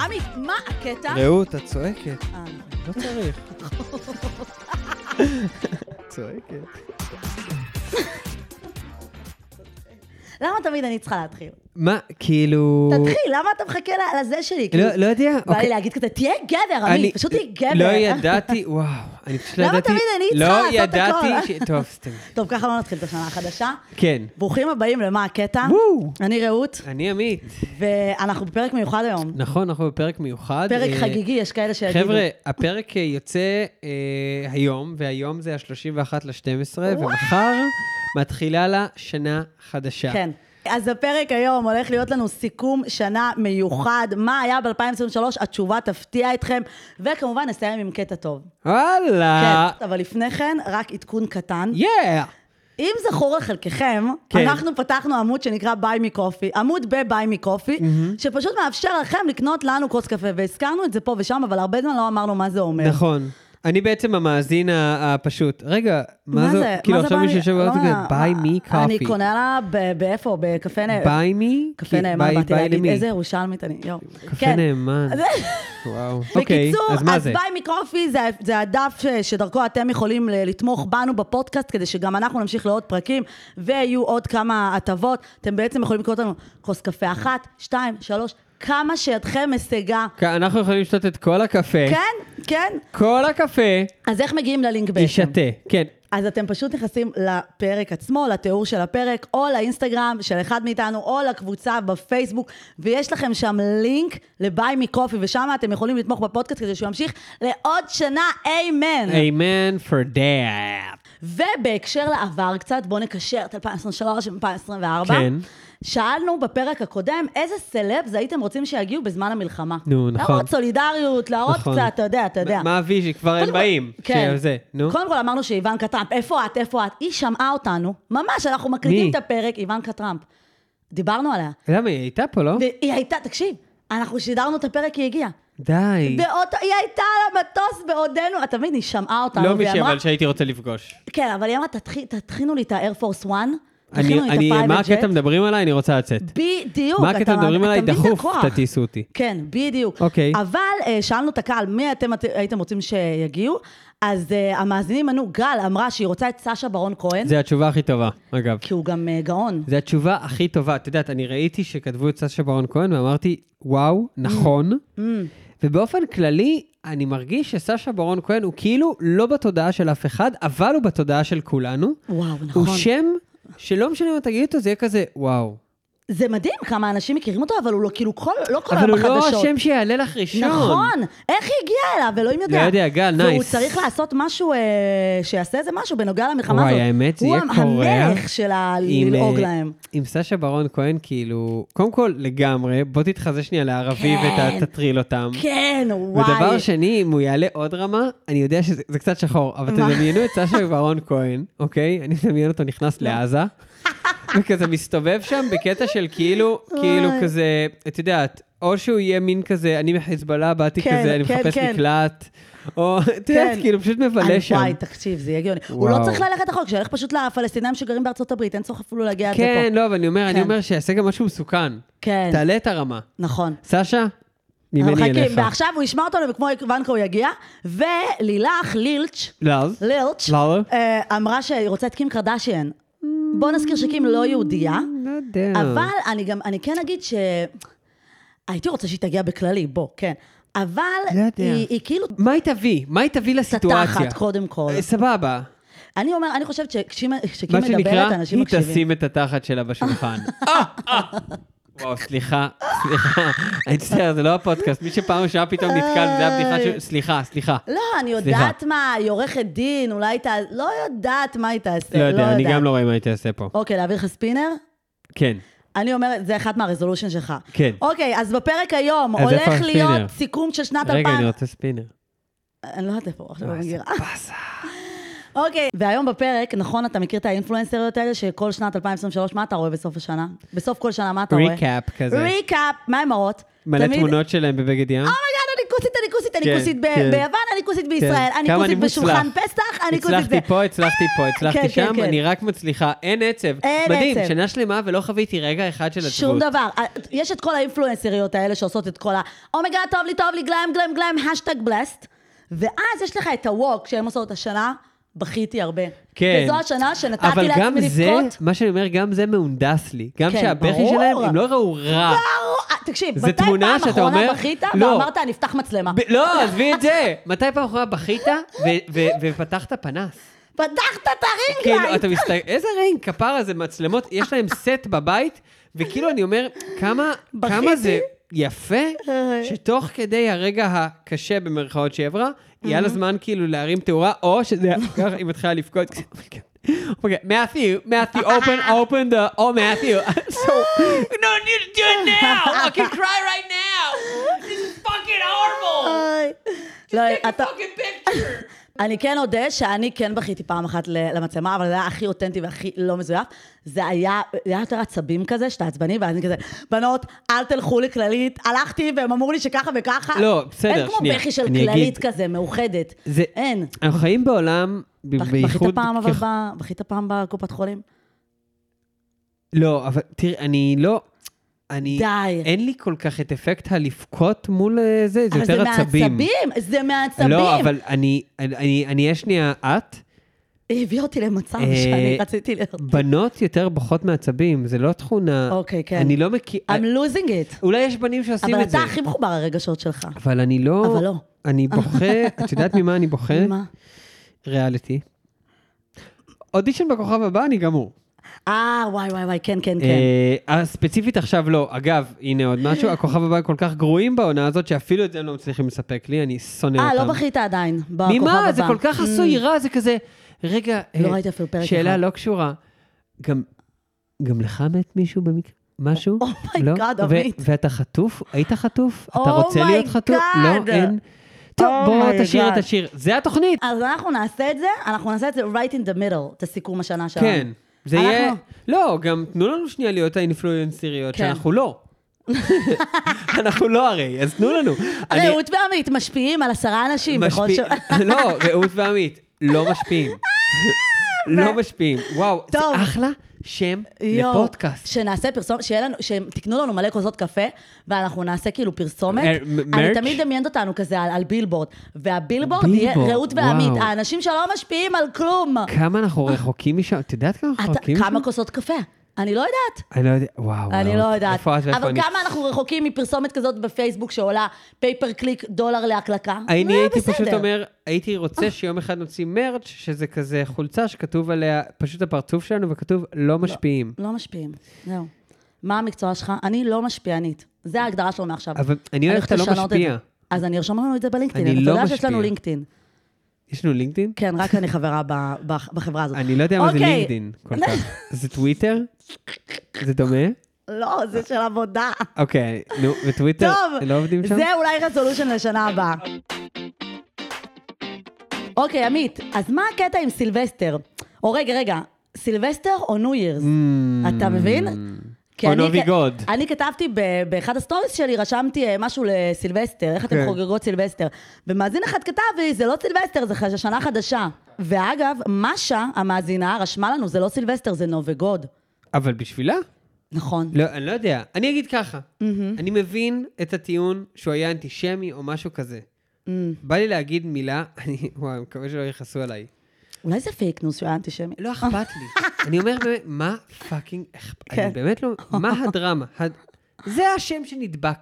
עמי, מה הקטע? רעות, את צועקת. אה, נכון. לא צריך. צועקת. למה תמיד אני צריכה להתחיל? מה, כאילו... תתחיל, למה אתה מחכה ל- לזה שלי? לא, כאילו, לא יודע. בא לי אוקיי. להגיד כזה, תהיה גבר, עמית, פשוט תהיה גבר. לא ידעתי, וואו, אני פשוט לא למה ידעתי... תמיד אני צריכה לעשות לא הכל? ידעתי ש... טוב, סתם. טוב, ככה לא נתחיל את השנה החדשה. כן. ברוכים הבאים למה הקטע. וואו. אני רעות, אני עמית. ואנחנו בפרק מיוחד היום. נכון, אנחנו בפרק מיוחד. פרק אה, חגיגי, יש כאלה שיגידו. חבר'ה, הפרק אה, יוצא אה, היום, והיום זה ה-31 ל-12, ומחר מתחילה לה שנה חדשה. כן. אז הפרק היום הולך להיות לנו סיכום שנה מיוחד, מה היה ב-2023, התשובה תפתיע אתכם, וכמובן נסיים עם קטע טוב. וואלה. כן, אבל לפני כן, רק עדכון קטן. יאה. אם זכור לחלקכם, כן. כן. אנחנו פתחנו עמוד שנקרא ביי מי קופי, עמוד ב-ביי מי קופי, שפשוט מאפשר לכם לקנות לנו כוס קפה, והזכרנו את זה פה ושם, אבל הרבה זמן לא אמרנו מה זה אומר. נכון. אני בעצם המאזין ה- הפשוט. רגע, מה זה? כאילו, מה זה עכשיו ביי מישהו מי- יושב ואומר, לא מה- ביי מי קאפי. אני קונה לה ב- באיפה? בקפה נאמן. ביי מי? קפה כי- נאמן, ביי- באתי ביי להגיד. למי? איזה ירושלמית אני, יואו. קפה כן. נאמן. אז- וואו. אוקיי, בקיצור, אז מה אז זה? ביי מיקרופי זה, זה הדף ש, שדרכו אתם יכולים ל- לתמוך בנו בפודקאסט, כדי שגם אנחנו נמשיך לעוד פרקים, ויהיו עוד כמה הטבות. אתם בעצם יכולים לקרוא אותנו כוס קפה אחת, שתיים, שלוש, כמה שידכם משגה. כ- אנחנו יכולים לשתות את כל הקפה. כן, כן. כל הקפה אז איך מגיעים ללינק בעצם? יישתה. כן. אז אתם פשוט נכנסים לפרק עצמו, לתיאור של הפרק, או לאינסטגרם של אחד מאיתנו, או לקבוצה בפייסבוק, ויש לכם שם לינק לביי מי קופי, ושם אתם יכולים לתמוך בפודקאסט כדי שהוא ימשיך לעוד שנה, איימן. Amen for that. ובהקשר לעבר קצת, בואו נקשר את 2023 עם 2024. כן. שאלנו בפרק הקודם, איזה סלבס הייתם רוצים שיגיעו בזמן המלחמה? נו, נכון. להראות סולידריות, להראות נכון. קצת, אתה יודע, אתה יודע. מה הוויז'י? כבר קודם הם כל- באים. כן. שזה, נו. קודם כל אמרנו שאיוונקה טראמפ, איפה את, איפה את? היא שמעה אותנו, ממש, אנחנו מקליטים מי? את הפרק, איוונקה טראמפ. דיברנו עליה. למה, היא הייתה פה, לא? והיא הייתה, תקשיב, אנחנו שידרנו את הפרק, היא הגיעה. די. באוטו, היא הייתה על המטוס בעודנו, אתה מבין, היא שמעה אותנו, לא והיא מישהי, אמרה- אבל שהייתי רוצה לפגוש. כן, אבל היא אמרה, "תתחי- תטחינו לי את האיירפורס 1, אני, תטחינו לי את אני, מה הפרייבט הקטע ג'ט. מדברים עליי? אני רוצה לצאת. בדיוק. מה אתה- הקטע מדברים אתה עליי? מבין את דחוף, הכוח. תטיסו אותי. כן, בדיוק. אוקיי. אבל אה, שאלנו את הקהל, מי אתם את- הייתם רוצים שיגיעו? אז אה, המאזינים ענו, גל אמרה שהיא רוצה את סשה ברון כהן, זו התשובה הכי טובה, אגב. כי הוא גם אה, גאון. זו התשובה הכי טובה. את יודעת, אני ראיתי שכתבו את סשה ברון כהן, ואמרתי, וואו, Mm. נכון. ובאופן כללי, אני מרגיש שסשה ברון כהן הוא כאילו לא בתודעה של אף אחד, אבל הוא בתודעה של כולנו. וואו, נכון. הוא שם שלא משנה מה תגיד אותו, זה יהיה כזה, וואו. זה מדהים כמה אנשים מכירים אותו, אבל הוא לא כאילו כל, לא כל אבל היום הוא בחדשות. לא השם שיעלה לך ראשון. נכון, איך היא הגיעה אליו, אלוהים יודע. לא יודע, גל, והוא nice. צריך לעשות משהו, אה, שיעשה איזה משהו בנוגע למלחמה וואי, הזאת. האמת, זה יהיה הוא קורע. המלך של ה- עם, ללעוג אה, להם. עם סשה ברון כהן, כאילו, קודם כל, לגמרי, בוא תתחזה שנייה לערבי כן. ותטריל אותם. כן, וואי. ודבר שני, אם הוא יעלה עוד רמה, אני יודע שזה זה קצת שחור, אבל מה? תדמיינו את סשה ברון כהן, אוקיי? אני מדמיין אותו נכנס לעזה, וכזה מסתובב שם בקטע של כאילו, כאילו וואי. כזה, את יודעת, או שהוא יהיה מין כזה, אני מחיזבאללה, באתי כן, כזה, אני כן, מחפש כן. מקלט, או, את יודעת, כן. כאילו, פשוט אני- מבלה שם. וואי, תקשיב, זה יהיה גאוני. הוא לא וואו. צריך ללכת לחוק, שילך פשוט לפלסטינאים שגרים בארצות הברית, אין צורך אפילו להגיע עד לפה. כן, לא, אבל אני אומר, אני כן. אומר שיעשה גם משהו מסוכן. כן. תעלה את הרמה. נכון. סשה, אנחנו ממני מחכים, אליך. ועכשיו הוא ישמע אותנו, וכמו ונקו הוא יגיע, ולילך לילץ', לאז? לילץ', לא. אה, אמרה שהיא רוצה את קים קרדשיאן. בוא נזכיר שקים לא יהודייה, לא יודע. אבל אני גם, אני כן אגיד ש... הייתי רוצה שהיא תגיע בכללי, בוא, כן. אבל לא יודע. היא היא כאילו מה היא תביא? מה היא תביא לסיטואציה? תחת, קודם כל. אה, סבבה. אני אומר, אני חושבת שכשהיא כשהיא מה שנקרא, מדברת, אנשים היא מקשיבים. תשים את התחת שלה בשולחן. אה, אה. וואו, סליחה, סליחה. אני מצטער, זה לא הפודקאסט. מי שפעם ראשונה פתאום נתקל, זה הבדיחה ש... סליחה, סליחה. לא, אני סליחה. יודעת מה, היא עורכת דין, אולי היא תעשה, לא יודעת מה היא תעשה, לא לא יודע, אני יודעת. גם לא רואה מה היא תעשה פה. אוקיי, להעביר לך ספינר? כן. אני אומרת, זה אחת מהרזולושן שלך. כן. אוקיי, אז בפרק היום אז איפה הולך הספינר? להיות סיכום של שנת רגע, 2000... אני רוצה ספינר. אני לא יודעת איפה, הוא עכשיו וואי, במגירה. איזה באסה. אוקיי, והיום בפרק, נכון, אתה מכיר את האינפלואנסריות האלה, שכל שנת 2023, מה אתה רואה בסוף השנה? בסוף כל שנה, מה אתה רואה? ריקאפ כזה. ריקאפ. מה הן מראות? מלא תמיד, תמונות שלהם בבגד ים. אומייגאד, הניקוסית, הניקוסית, כוסית, אני כן, כוסית ב- כן. ביוון, אני כוסית בישראל, אני כמה כוסית אני מוצלח. בשולחן פסח, אני כוסית הצלחתי פה, הצלחתי פה, כן, הצלחתי כן, שם, כן. אני רק מצליחה. אין עצב. אין מדהים, עצב. שנה שלמה ולא חוויתי רגע אחד של עצבות. שום דבר. אה, יש את כל האינפלואנסריות האלה שעושות את כל ה... אומגה, טוב לי, טוב לי, גלם, גלם, גלם, השטג בלסט. ואז יש לך את הווק שהן עושות השנה, בכיתי הרבה. כן. וזו השנה שנתתי אבל גם לעצמי זה, לבכות. מה שאני אומר, גם זה מהונדס לי. גם כן, שהבכי ברור. שלהם, הם לא ראו רע. אה, תקשיב, זה מתי פעם תמונה שאתה אחרונה אומר- בכית לא. ואמרת, אני אפתח מצלמה? ב- לא, עזבי את זה. מתי פעם אחרונה בכית ו- ו- ופתחת פנס? פתחת את כאילו, הרינגלייט! אתה מסתכל, איזה רינג, כפרה זה מצלמות, יש להם סט בבית, וכאילו אני אומר, כמה, כמה בכיתי. אה. זה יפה, שתוך כדי הרגע הקשה במרכאות שהיא עברה, יהיה לה זמן כאילו להרים תאורה, או שזה, ככה היא מתחילה לבכות. אוקיי, מת'יו, מת'יו, open, open the, oh, מת'יו. So, no, you do it now, I can cry right now. This is fucking horrible. אוי. לא, Take a אתה... fucking picture. אני כן אודה שאני כן בכיתי פעם אחת ל- למצלמה, אבל זה היה הכי אותנטי והכי לא מזויף. זה היה, זה היה יותר עצבים כזה, שאתה עצבני, ואז אני כזה, בנות, אל תלכו לכללית. הלכתי והם אמרו לי שככה וככה. לא, בסדר, אין כמו שנייה, בכי של אני כללית אגיד. כזה, מאוחדת. זה- אין. אנחנו חיים בעולם, ב- בכ- בכית בייחוד... פעם, אבל כח- ב- בכית פעם בקופת חולים? לא, אבל תראי, אני לא... אני... די. אין לי כל כך את אפקט הלבכות מול אה, זה, זה יותר עצבים. אבל זה מעצבים, זה מעצבים. לא, אבל אני, אני, אני, אני אהיה שנייה, את, היא הביאה אותי למצב אה, שאני רציתי ל... בנות יותר בוכות מעצבים, זה לא תכונה... אוקיי, כן. אני לא מכיר... I'm losing it. אולי יש בנים שעושים אבל את זה. אתה הכי מחובר לרגשות שלך. אבל אני לא... אבל לא. אני בוכה, את יודעת ממה אני בוכה? מה? ריאליטי. אודישן בכוכב הבא, אני גמור. אה, וואי, וואי, וואי, כן, כן, כן. אה, אז ספציפית עכשיו לא. אגב, הנה עוד משהו, הכוכב הבא כל כך גרועים בעונה הזאת, שאפילו את זה הם לא מצליחים לספק לי, אני שונא אותם. אה, לא בכית עדיין, בכוכב הבא. Mm. ממה? זה כל כך עשוי רע, זה כזה... רגע, לא אה, ראיתי אפילו פרק שאלה אחד. לא קשורה. גם גם לך מת מישהו במקרה? משהו? אומייגאד, לא? ו- Oh עמית. ואתה חטוף? היית חטוף? אתה Oh רוצה להיות my חטוף? God. Oh לא, אין. טוב, בוא my תשאיר את God. השיר. זה התוכנית. אז אנחנו נעשה את זה, אנחנו נעשה את זה right in the middle, את הסיכום השנה שלנו. כן. זה אנחנו- יהיה... לא, גם תנו לנו שנייה להיות האינפלואנסריות, כן. שאנחנו לא. אנחנו לא הרי, אז תנו לנו. אני- רעות ועמית משפיעים על עשרה אנשים בכל משפיע- שבוע. לא, רעות ועמית, לא משפיעים. לא משפיעים. וואו, זה טוב. אחלה שם יואו, לפודקאסט. שנעשה פרסומת, שיהיה לנו, שהם תקנו לנו מלא כוסות קפה, ואנחנו נעשה כאילו פרסומת. אה, מ- אני merch? תמיד דמיינת אותנו כזה על, על בילבורד, והבילבורד יהיה בילבורד, רעות ועמית, וואו. האנשים שלא משפיעים על כלום. כמה אנחנו רחוקים משם? את יודעת כמה אה. אנחנו אתה- רחוקים משם? כמה כוסות קפה? אני לא יודעת. אני לא יודע, וואו. אני וואו. לא יודעת. איפה את ואיפה אבל אני? כמה אנחנו רחוקים מפרסומת כזאת בפייסבוק שעולה פייפר קליק דולר להקלקה? אני זה הייתי לא, בסדר. אה. פשוט אומר, הייתי רוצה שיום אחד נוציא מרץ', שזה כזה חולצה שכתוב עליה פשוט הפרצוף שלנו, וכתוב לא משפיעים. לא משפיעים, זהו. מה המקצוע שלך? אני לא משפיענית. זה ההגדרה שלו מעכשיו. אבל אני לא אוהב את אה. הולכת הלא לשנות את זה. משפיע. אז אני ארשום לנו את זה בלינקדאין. אני אתה לא יודע שיש לנו משפיע. לינקדאין. יש לנו לינקדאין? כן, רק אני חברה ב- ב- בחברה הזאת. אני לא יודע מה זה אוקיי. לינקדאין כל כך. זה טוויטר? זה דומה? לא, זה של עבודה. אוקיי, נו, וטוויטר? טוב, לא עובדים שם? זה אולי רזולושן לשנה הבאה. אוקיי, עמית, אז מה הקטע עם סילבסטר? או רגע, רגע, סילבסטר או ניו יירס? Mm. אתה מבין? כי Hmm. או אני נובי כ- אה- גוד. אני כתבתי ב- באחד הסטוריס שלי, רשמתי אה, משהו לסילבסטר, איך אתם כן. חוגגות סילבסטר. ומאזין אחד כתב לי, זה לא סילבסטר, זה חש- שנה חדשה. ואגב, משה, המאזינה, רשמה לנו, זה לא סילבסטר, זה נובגוד. אבל בשבילה? נכון. לא, אני לא יודע. אני אגיד ככה, אני מבין את הטיעון שהוא היה אנטישמי או משהו כזה. Hmm. בא לי להגיד מילה, אני, וואי, אני מקווה שלא יכעסו עליי. אולי זה פייק ניוס שהוא היה אנטישמי. לא אכפת לי. אני אומר באמת, מה פאקינג אכפת? כן. אני באמת לא... מה הדרמה? הד- זה השם שנדבק.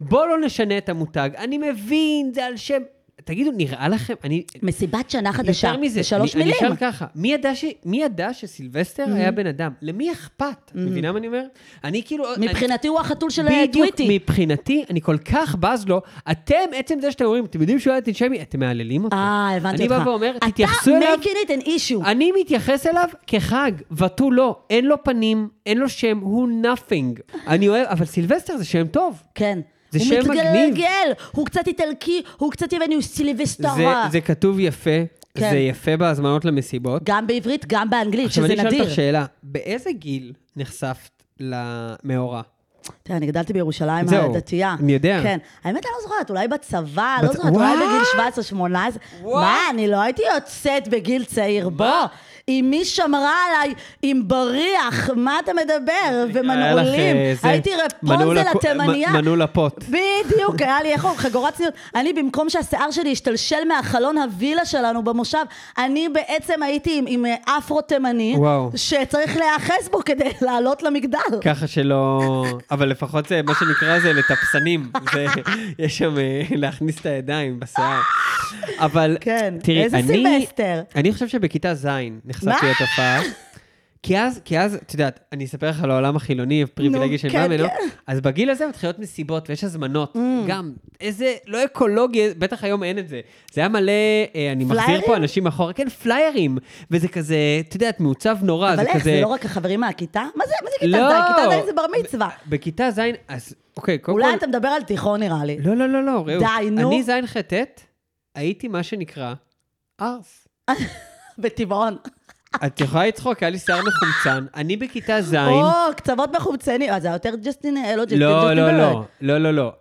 בואו לא נשנה את המותג. אני מבין, זה על שם... תגידו, נראה לכם? אני... מסיבת שנה חדשה. יותר מזה, זה שלוש אני, מילים. Mm-hmm. אני אשאל ככה, מי ידע, ש, מי ידע שסילבסטר היה בן אדם? למי אכפת? מבינה מה אני אומר? אני כאילו... מבחינתי הוא החתול של אה, אני, בדיוק, טוויטי. מבחינתי, אני כל כך בז לו, אתם, עצם זה שאתם אומרים, אתם יודעים שהוא היה אנטישמי, אתם מהללים אותו. אה, הבנתי אותך. אני בא ואומר, תתייחסו אליו, אתה making it an issue. אני מתייחס אליו כחג, ותו לא, אין לו פנים, אין לו שם, הוא nothing. אני אוהב, אבל סילבסטר זה שם טוב. כן. זה שם הוא מגניב. מתגלגל, הוא קצת איטלקי, הוא קצת יווני, הוא זה, סילבסטרה. זה כתוב יפה, כן. זה יפה בהזמנות למסיבות. גם בעברית, גם באנגלית, שזה עכשיו אני אשאל נדיר. אותך שאלה, באיזה גיל נחשפת למאורע? תראה, אני גדלתי בירושלים זהו, הדתייה. אני יודע. כן. האמת, אני לא זוכרת, אולי בצבא, לא בת- זוכרת, אולי וואט? בגיל 17-18. וואט? מה, אני לא הייתי יוצאת בגיל צעיר. בוא, אמי שמרה עליי עם בריח, מה אתה מדבר? היה לך, ומנעולים. אה, זה- הייתי מנעול רפונזל הכו- התימניה. מ- מנעול הפוט. בדיוק, היה לי איך חגורת צניעות. אני, במקום שהשיער שלי ישתלשל מהחלון הווילה שלנו במושב, אני בעצם הייתי עם, עם אה, אפרו תימני, וואו. כן, שצריך להיאחז בו כדי לעלות למגדל. ככה שלא... אבל לפחות זה, מה שנקרא זה לטפסנים. זה, יש שם אה, להכניס את הידיים בשיער. אבל כן, תראי, איזה אני... סילבסטר. אני חושב שבכיתה ז' נחשפתי מה? לתופעה. כי אז, כי אז, את יודעת, אני אספר לך על העולם החילוני, הפריבילגי נו, שאני כן, בא ממנו, כן. Mm. אז בגיל הזה מתחילות מסיבות ויש הזמנות. גם, איזה, לא אקולוגי, בטח היום אין את זה. זה היה מלא, אה, אני מחזיר פליירים? פה אנשים אחורה, כן, פליירים. וזה כזה, את יודעת, מעוצב נורא, זה אבל כזה... איך, זה לא רק החברים מהכיתה? מה זה, מה זה כיתה לא. ז'? כיתה ז' זה בר מצווה. בכיתה ז', אז אוקיי, קודם כל... אולי אתה מדבר על תיכון נראה לי. לא, לא, לא, לא, ראו. די, נו. אני ז' ח' ט', הייתי מה שנקרא ארס. בטבעון. את אה. יכולה לצחוק, היה לי שיער מחומצן. אני בכיתה ז', או, קצוות מחומצנים. אה, זה היה יותר ג'סטין, אה, לא ג'סטין, לא, ג'סטין לא, ביברלי. לא, לא, לא, לא.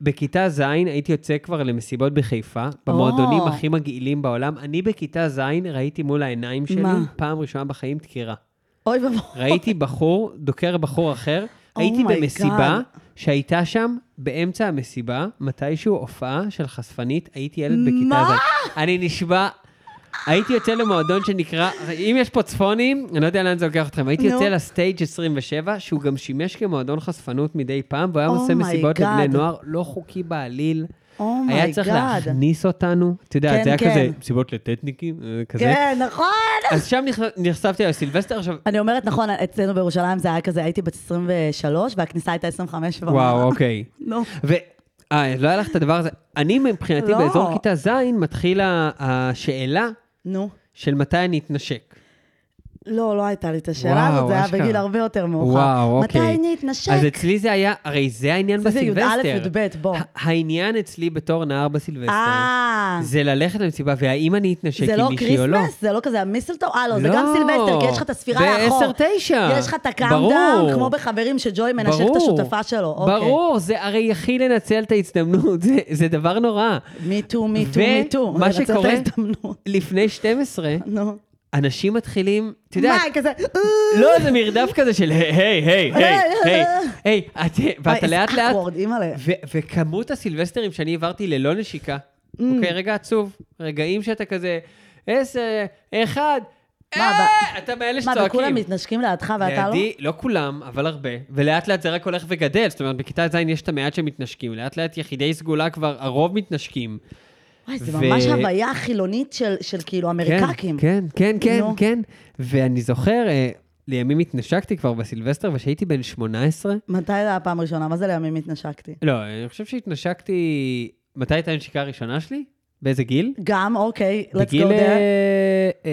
בכיתה ז' הייתי יוצא כבר למסיבות בחיפה, במועדונים או. הכי מגעילים בעולם. אני בכיתה ז' ראיתי מול העיניים שלי, מה? פעם ראשונה בחיים, דקירה. אוי ואבוי. ראיתי בחור, דוקר בחור אחר, Oh הייתי my במסיבה שהייתה שם באמצע המסיבה, מתישהו הופעה של חשפנית, הייתי ילד בכיתה מה? ז'. אני נשבע. הייתי יוצא למועדון שנקרא, אם יש פה צפונים, אני לא יודע לאן זה לוקח אתכם, הייתי נו. יוצא לסטייג' 27, שהוא גם שימש כמועדון חשפנות מדי פעם, והוא היה Oh עושה my מסיבות God. לבני נוער, לא חוקי בעליל. אומייגאד. היה צריך להכניס אותנו, אתה יודע, כן, זה היה כן. כזה, מסיבות לטטניקים, אה, כזה. כן, נכון. אז שם נכנס- נחשפתי לסילבסטר, עכשיו, אני אומרת נכון, אצלנו בירושלים זה היה כזה, הייתי בת 23 והכניסה הייתה 25 ומעלה. וואו, אוקיי. נו. ו... אה, לא היה לך את הדבר הזה. אני מבחינתי, לא. באזור כיתה ז', מתחילה השאלה נו. של מתי אני אתנשק. לא, לא הייתה לי את השאלה וואו, הזאת, זה היה אשכרה. בגיל הרבה יותר מאוחר. וואו, אוקיי. מתי אני אתנשק? אז אצלי זה היה, הרי זה העניין זה בסילבסטר. י"א, י"ב, בוא. ה- העניין אצלי בתור נער בסילבסטר, אה, זה ללכת למסיבה, והאם אני אתנשק זה עם לא מישהי או לא. כריסמס? זה לא כזה המיסלטור? אה, לא, זה לא. גם סילבסטר, כי יש לך את הספירה לאחור. ב-10-9. יש לך את ברור. הקאמדאון, כמו בחברים שג'וי מנשק את ברור. השותפה שלו. אוקיי. ברור, זה הרי הכי לנצל את ההזדמנות, זה- זה דבר נורא. מיטו, מיטו, מיטו. ומה שקורה- ההזדמנות. לפני 12, נו. אנשים מתחילים, את יודעת, מה, כזה... "אה, לא, זה מרדף כזה של היי, היי, היי, היי, היי, היי, את- ואתה לאט לאט, אימא'לה. ו- וכמות הסילבסטרים שאני העברתי ללא נשיקה, Mm. אוקיי, רגע עצוב, רגעים שאתה כזה, עשר, אחד, מה, אה, ב- אתה מאלה מה, וכולם שצועקים. מתנשקים לידך ואתה לא? לידי, לא כולם, אבל הרבה, ולאט לאט זה רק הולך וגדל, זאת אומרת, בכיתה ז' יש את המעט שמתנשקים, לאט לאט יחידי סגולה כבר, הרוב מתנשקים. וואי, זה ו- ממש הוויה חילונית של- של כאילו אמריקקים. כן, כן, כן, נו. כן. ואני זוכר, אה, לימים התנשקתי כבר בסילבסטר, וכשהייתי בן 18, מתי זה היה הפעם הראשונה? מה זה לימים התנשקתי? לא, אני חושב שהתנשקתי... מתי הייתה הנשיקה הראשונה שלי? באיזה גיל? גם, אוקיי, let's go בגיל... there. אה, אה,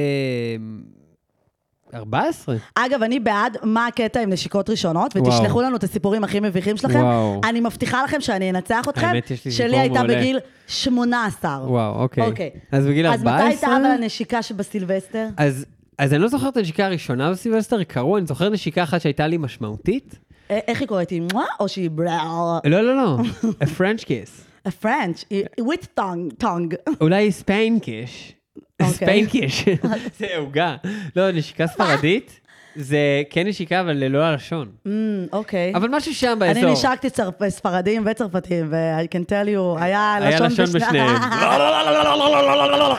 14. אגב, אני בעד מה הקטע עם נשיקות ראשונות, ותשלחו וואו. לנו את הסיפורים הכי מביכים שלכם. וואו. אני מבטיחה לכם שאני אנצח אתכם. האמת, יש לי שלי סיפור הייתה מעולה. בגיל 18. וואו, אוקיי. אוקיי. אז בגיל 14? אז מתי הייתה אבל הנשיקה שבסילבסטר? אז, אז אני לא זוכר את הנשיקה הראשונה בסילבסטר, קראו, אני זוכר נשיקה אחת שהייתה לי משמעותית. א- אה, איך היא קוראת? היא מואה או שהיא בלה... לא, לא, לא, a French kiss. A French, היא- with tongue, tongue. אולי ספיינקיש. אוקיי. ספיינקיש. זה עוגה. לא, נשיקה ספרדית, זה כן נשיקה, אבל ללא הלשון. Mm, אוקיי. אבל משהו שם באזור. אני נשקתי צרפ- ספרדים וצרפתים, ו-I can tell you, היה היה לשון לשון בשני- בשניהם. לא, לא, לא, לא, לא, לא, לא, לא, לא, לא, לא.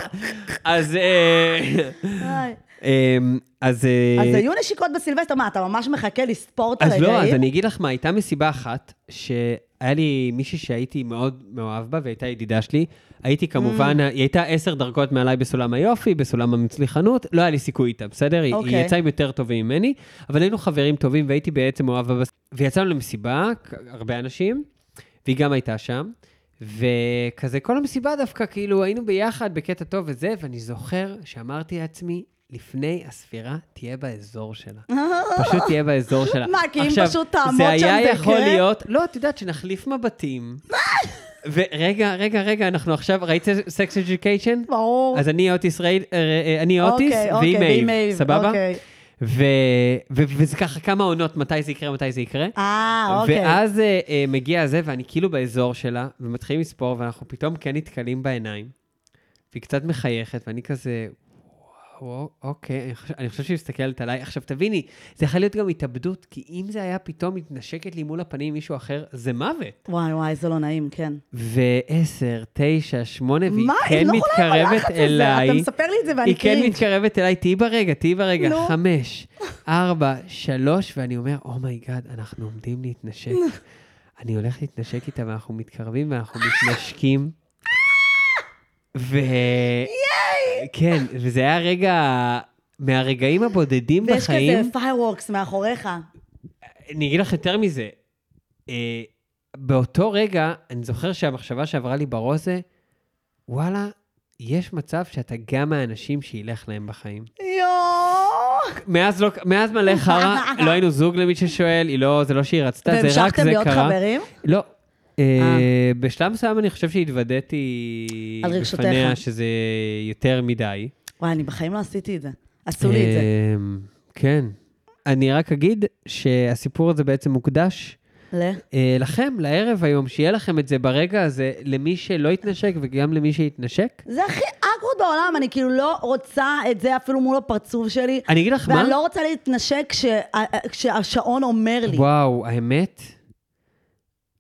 אז... אה, איי. אמ, אז... אה, אז היו נשיקות בסילבסטר, מה, אתה ממש מחכה לספור את אז הרגעים? לא, אז אני אגיד לך מה, הייתה מסיבה אחת, שהיה לי מישהי שהייתי מאוד מאוהב בה, והייתה ידידה שלי. הייתי כמובן, היא הייתה עשר דרגות מעליי בסולם היופי, בסולם המצליחנות, לא היה לי סיכוי איתה, בסדר? היא- אוקיי. היא יצאה עם יותר טובים ממני, אבל היינו חברים טובים, והייתי בעצם מאוהב בה. בס- ויצאנו למסיבה, כ- הרבה אנשים, והיא גם הייתה שם, וכזה כל המסיבה דווקא, כאילו, היינו ביחד בקטע טוב וזה, ואני זוכר שאמרתי לעצמי, לפני הספירה, תהיה באזור שלה. פשוט תהיה באזור שלה. מה, כי אם עכשיו, פשוט תעמוד זה שם כן? היה זה יכול יקרה? להיות... לא, את יודעת, שנחליף מבטים. ורגע, רגע, רגע, אנחנו עכשיו, ראית סקס אדיוקיישן? ברור. אז אני אוטיס, רייד- אה, אה, אני אוטיס, אוקיי, והיא אוקיי, והיא מייב, מייב, סבבה? אוקיי. ו- ו- וזה ככה כמה עונות, מתי זה יקרה, מתי זה יקרה. אה, אוקיי. ואז אה, אה, מגיע זה, ואני כאילו באזור שלה, ומתחילים לספור, ואנחנו פתאום כן נתקלים בעיניים. והיא קצת מחייכת, ואני כזה, וואו, אוקיי, אני חושב, אני חושב שהיא מסתכלת עליי. עכשיו, תביני, זה יכול להיות גם התאבדות, כי אם זה היה פתאום מתנשקת לי מול הפנים עם מישהו אחר, זה מוות. וואי, וואי, זה לא נעים, כן. ועשר, תשע, שמונה, והיא מה? כן אני לא יכולה עם מתקרבת הלחץ הזה, אליי. אתה מספר לי את זה ואני היא כן קרינג'. מתקרבת אליי, תהיי ברגע, תהיי ברגע. נו. חמש, ארבע, שלוש, ואני אומר, אומייגאד, אנחנו עומדים להתנשק. אני הולך להתנשק איתה, ואנחנו מתקרבים, ואנחנו מתנשקים. ו... ייי! כן, וזה היה רגע... מהרגעים הבודדים ויש בחיים, כזה פיירוורקס מאחוריך. אני אגיד לך יותר מזה. אה, באותו רגע, אני זוכר שהמחשבה שעברה לי בראש זה, וואלה, יש מצב שאתה גם מהאנשים שילך להם בחיים. יואו! מאז, לא, מאז מלא חרא, לא היינו זוג למי ששואל, היא לא, זה לא שהיא רצתה, זה רק והמשכתם זה להיות קרה. חברים? לא. אה. אה, בשלב מסוים אני חושב שהתוודעתי על רגשותיך. בפניה שזה יותר מדי. וואי, אני בחיים לא עשיתי את זה. עשו לי את זה. אה, כן. אני רק אגיד שהסיפור הזה בעצם מוקדש ל? אה, לכם, לערב היום, שיהיה לכם את זה ברגע הזה, למי שלא התנשק וגם למי שהתנשק. זה הכי אקורד בעולם, אני כאילו לא רוצה את זה אפילו מול הפרצוף שלי. אני אגיד לך מה, ואני לא רוצה להתנשק כשה- אה, כשהשעון אומר לי. וואו, האמת,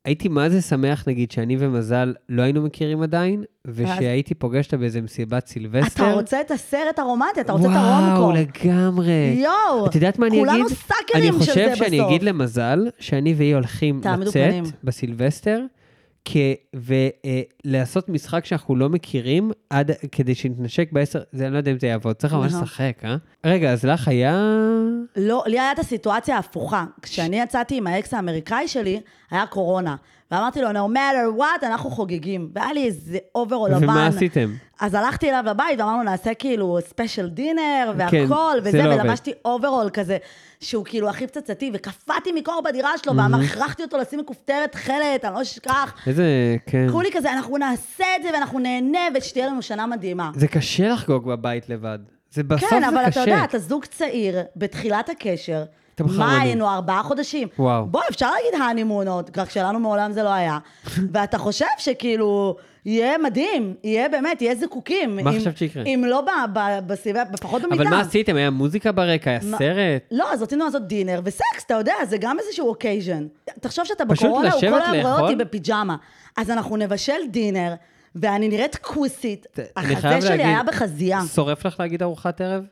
הייתי מה זה שמח, נגיד, שאני ומזל לא היינו מכירים עדיין, ושהייתי פוגש אותה באיזה מסיבת סילבסטר. אתה רוצה את הסרט הרומנטי, אתה רוצה את הרומקום. וואו, לגמרי. יואו, את יודעת מה אני אגיד? כולנו סאקרים של זה בסוף. אני חושב שאני אגיד למזל שאני והיא הולכים תעמדו לצאת פנים. בסילבסטר, ולעשות משחק שאנחנו לא מכירים, עד, כדי שנתנשק בעשר, זה, אני לא יודע אם זה יעבוד, צריך ממש לא. לשחק, אה? רגע, אז לך היה... לא, לי הייתה את הסיטואציה ההפוכה. כשאני יצאתי עם האקס האמריקאי שלי, היה קורונה. ואמרתי לו, no matter what, אנחנו חוגגים. והיה לי איזה אוברול לבן. ומה עשיתם? אז הלכתי אליו לבית ואמרנו, נעשה כאילו ספיישל דינר כן, והכל, זה וזה, לא עובד. ולבשתי אוברול כזה, שהוא כאילו הכי פצצתי, וקפאתי מקור בדירה שלו, ואמר, הכרחתי אותו לשים מכופתרת תכלת, אני לא אשכח. איזה... כן. כולי כזה, אנחנו נעשה את זה, ואנחנו נהנה, ושתהיה לנו שנה מדהימה. זה קשה לחגוג בבית לבד. זה בסוף כן, זה אבל אתה קשה. יודע, אתה זוג צעיר, בתחילת הקשר, אתם מה חרמנים. היינו, ארבעה חודשים? וואו. בוא, אפשר להגיד הנימון עוד, כך שלנו מעולם זה לא היה. ואתה חושב שכאילו, יהיה מדהים, יהיה באמת, יהיה זיקוקים. מה אם- חשבת שיקרה? אם לא ב- ב- בסביבה, לפחות במיטה. אבל מה עשיתם? היה מוזיקה ברקע? היה סרט? לא, אז רצינו לעשות דינר וסקס, אתה יודע, זה גם איזשהו אוקייז'ן. תחשוב שאתה פשוט בקורונה, הוא כל לשבת היום רואה לאכול? אותי בפיג'מה. אז אנחנו נבשל דינר, ואני נראית כוסית. אני החזה חייב שלי להגיד- היה בחזייה. שורף לך להגיד ארוחת ערב?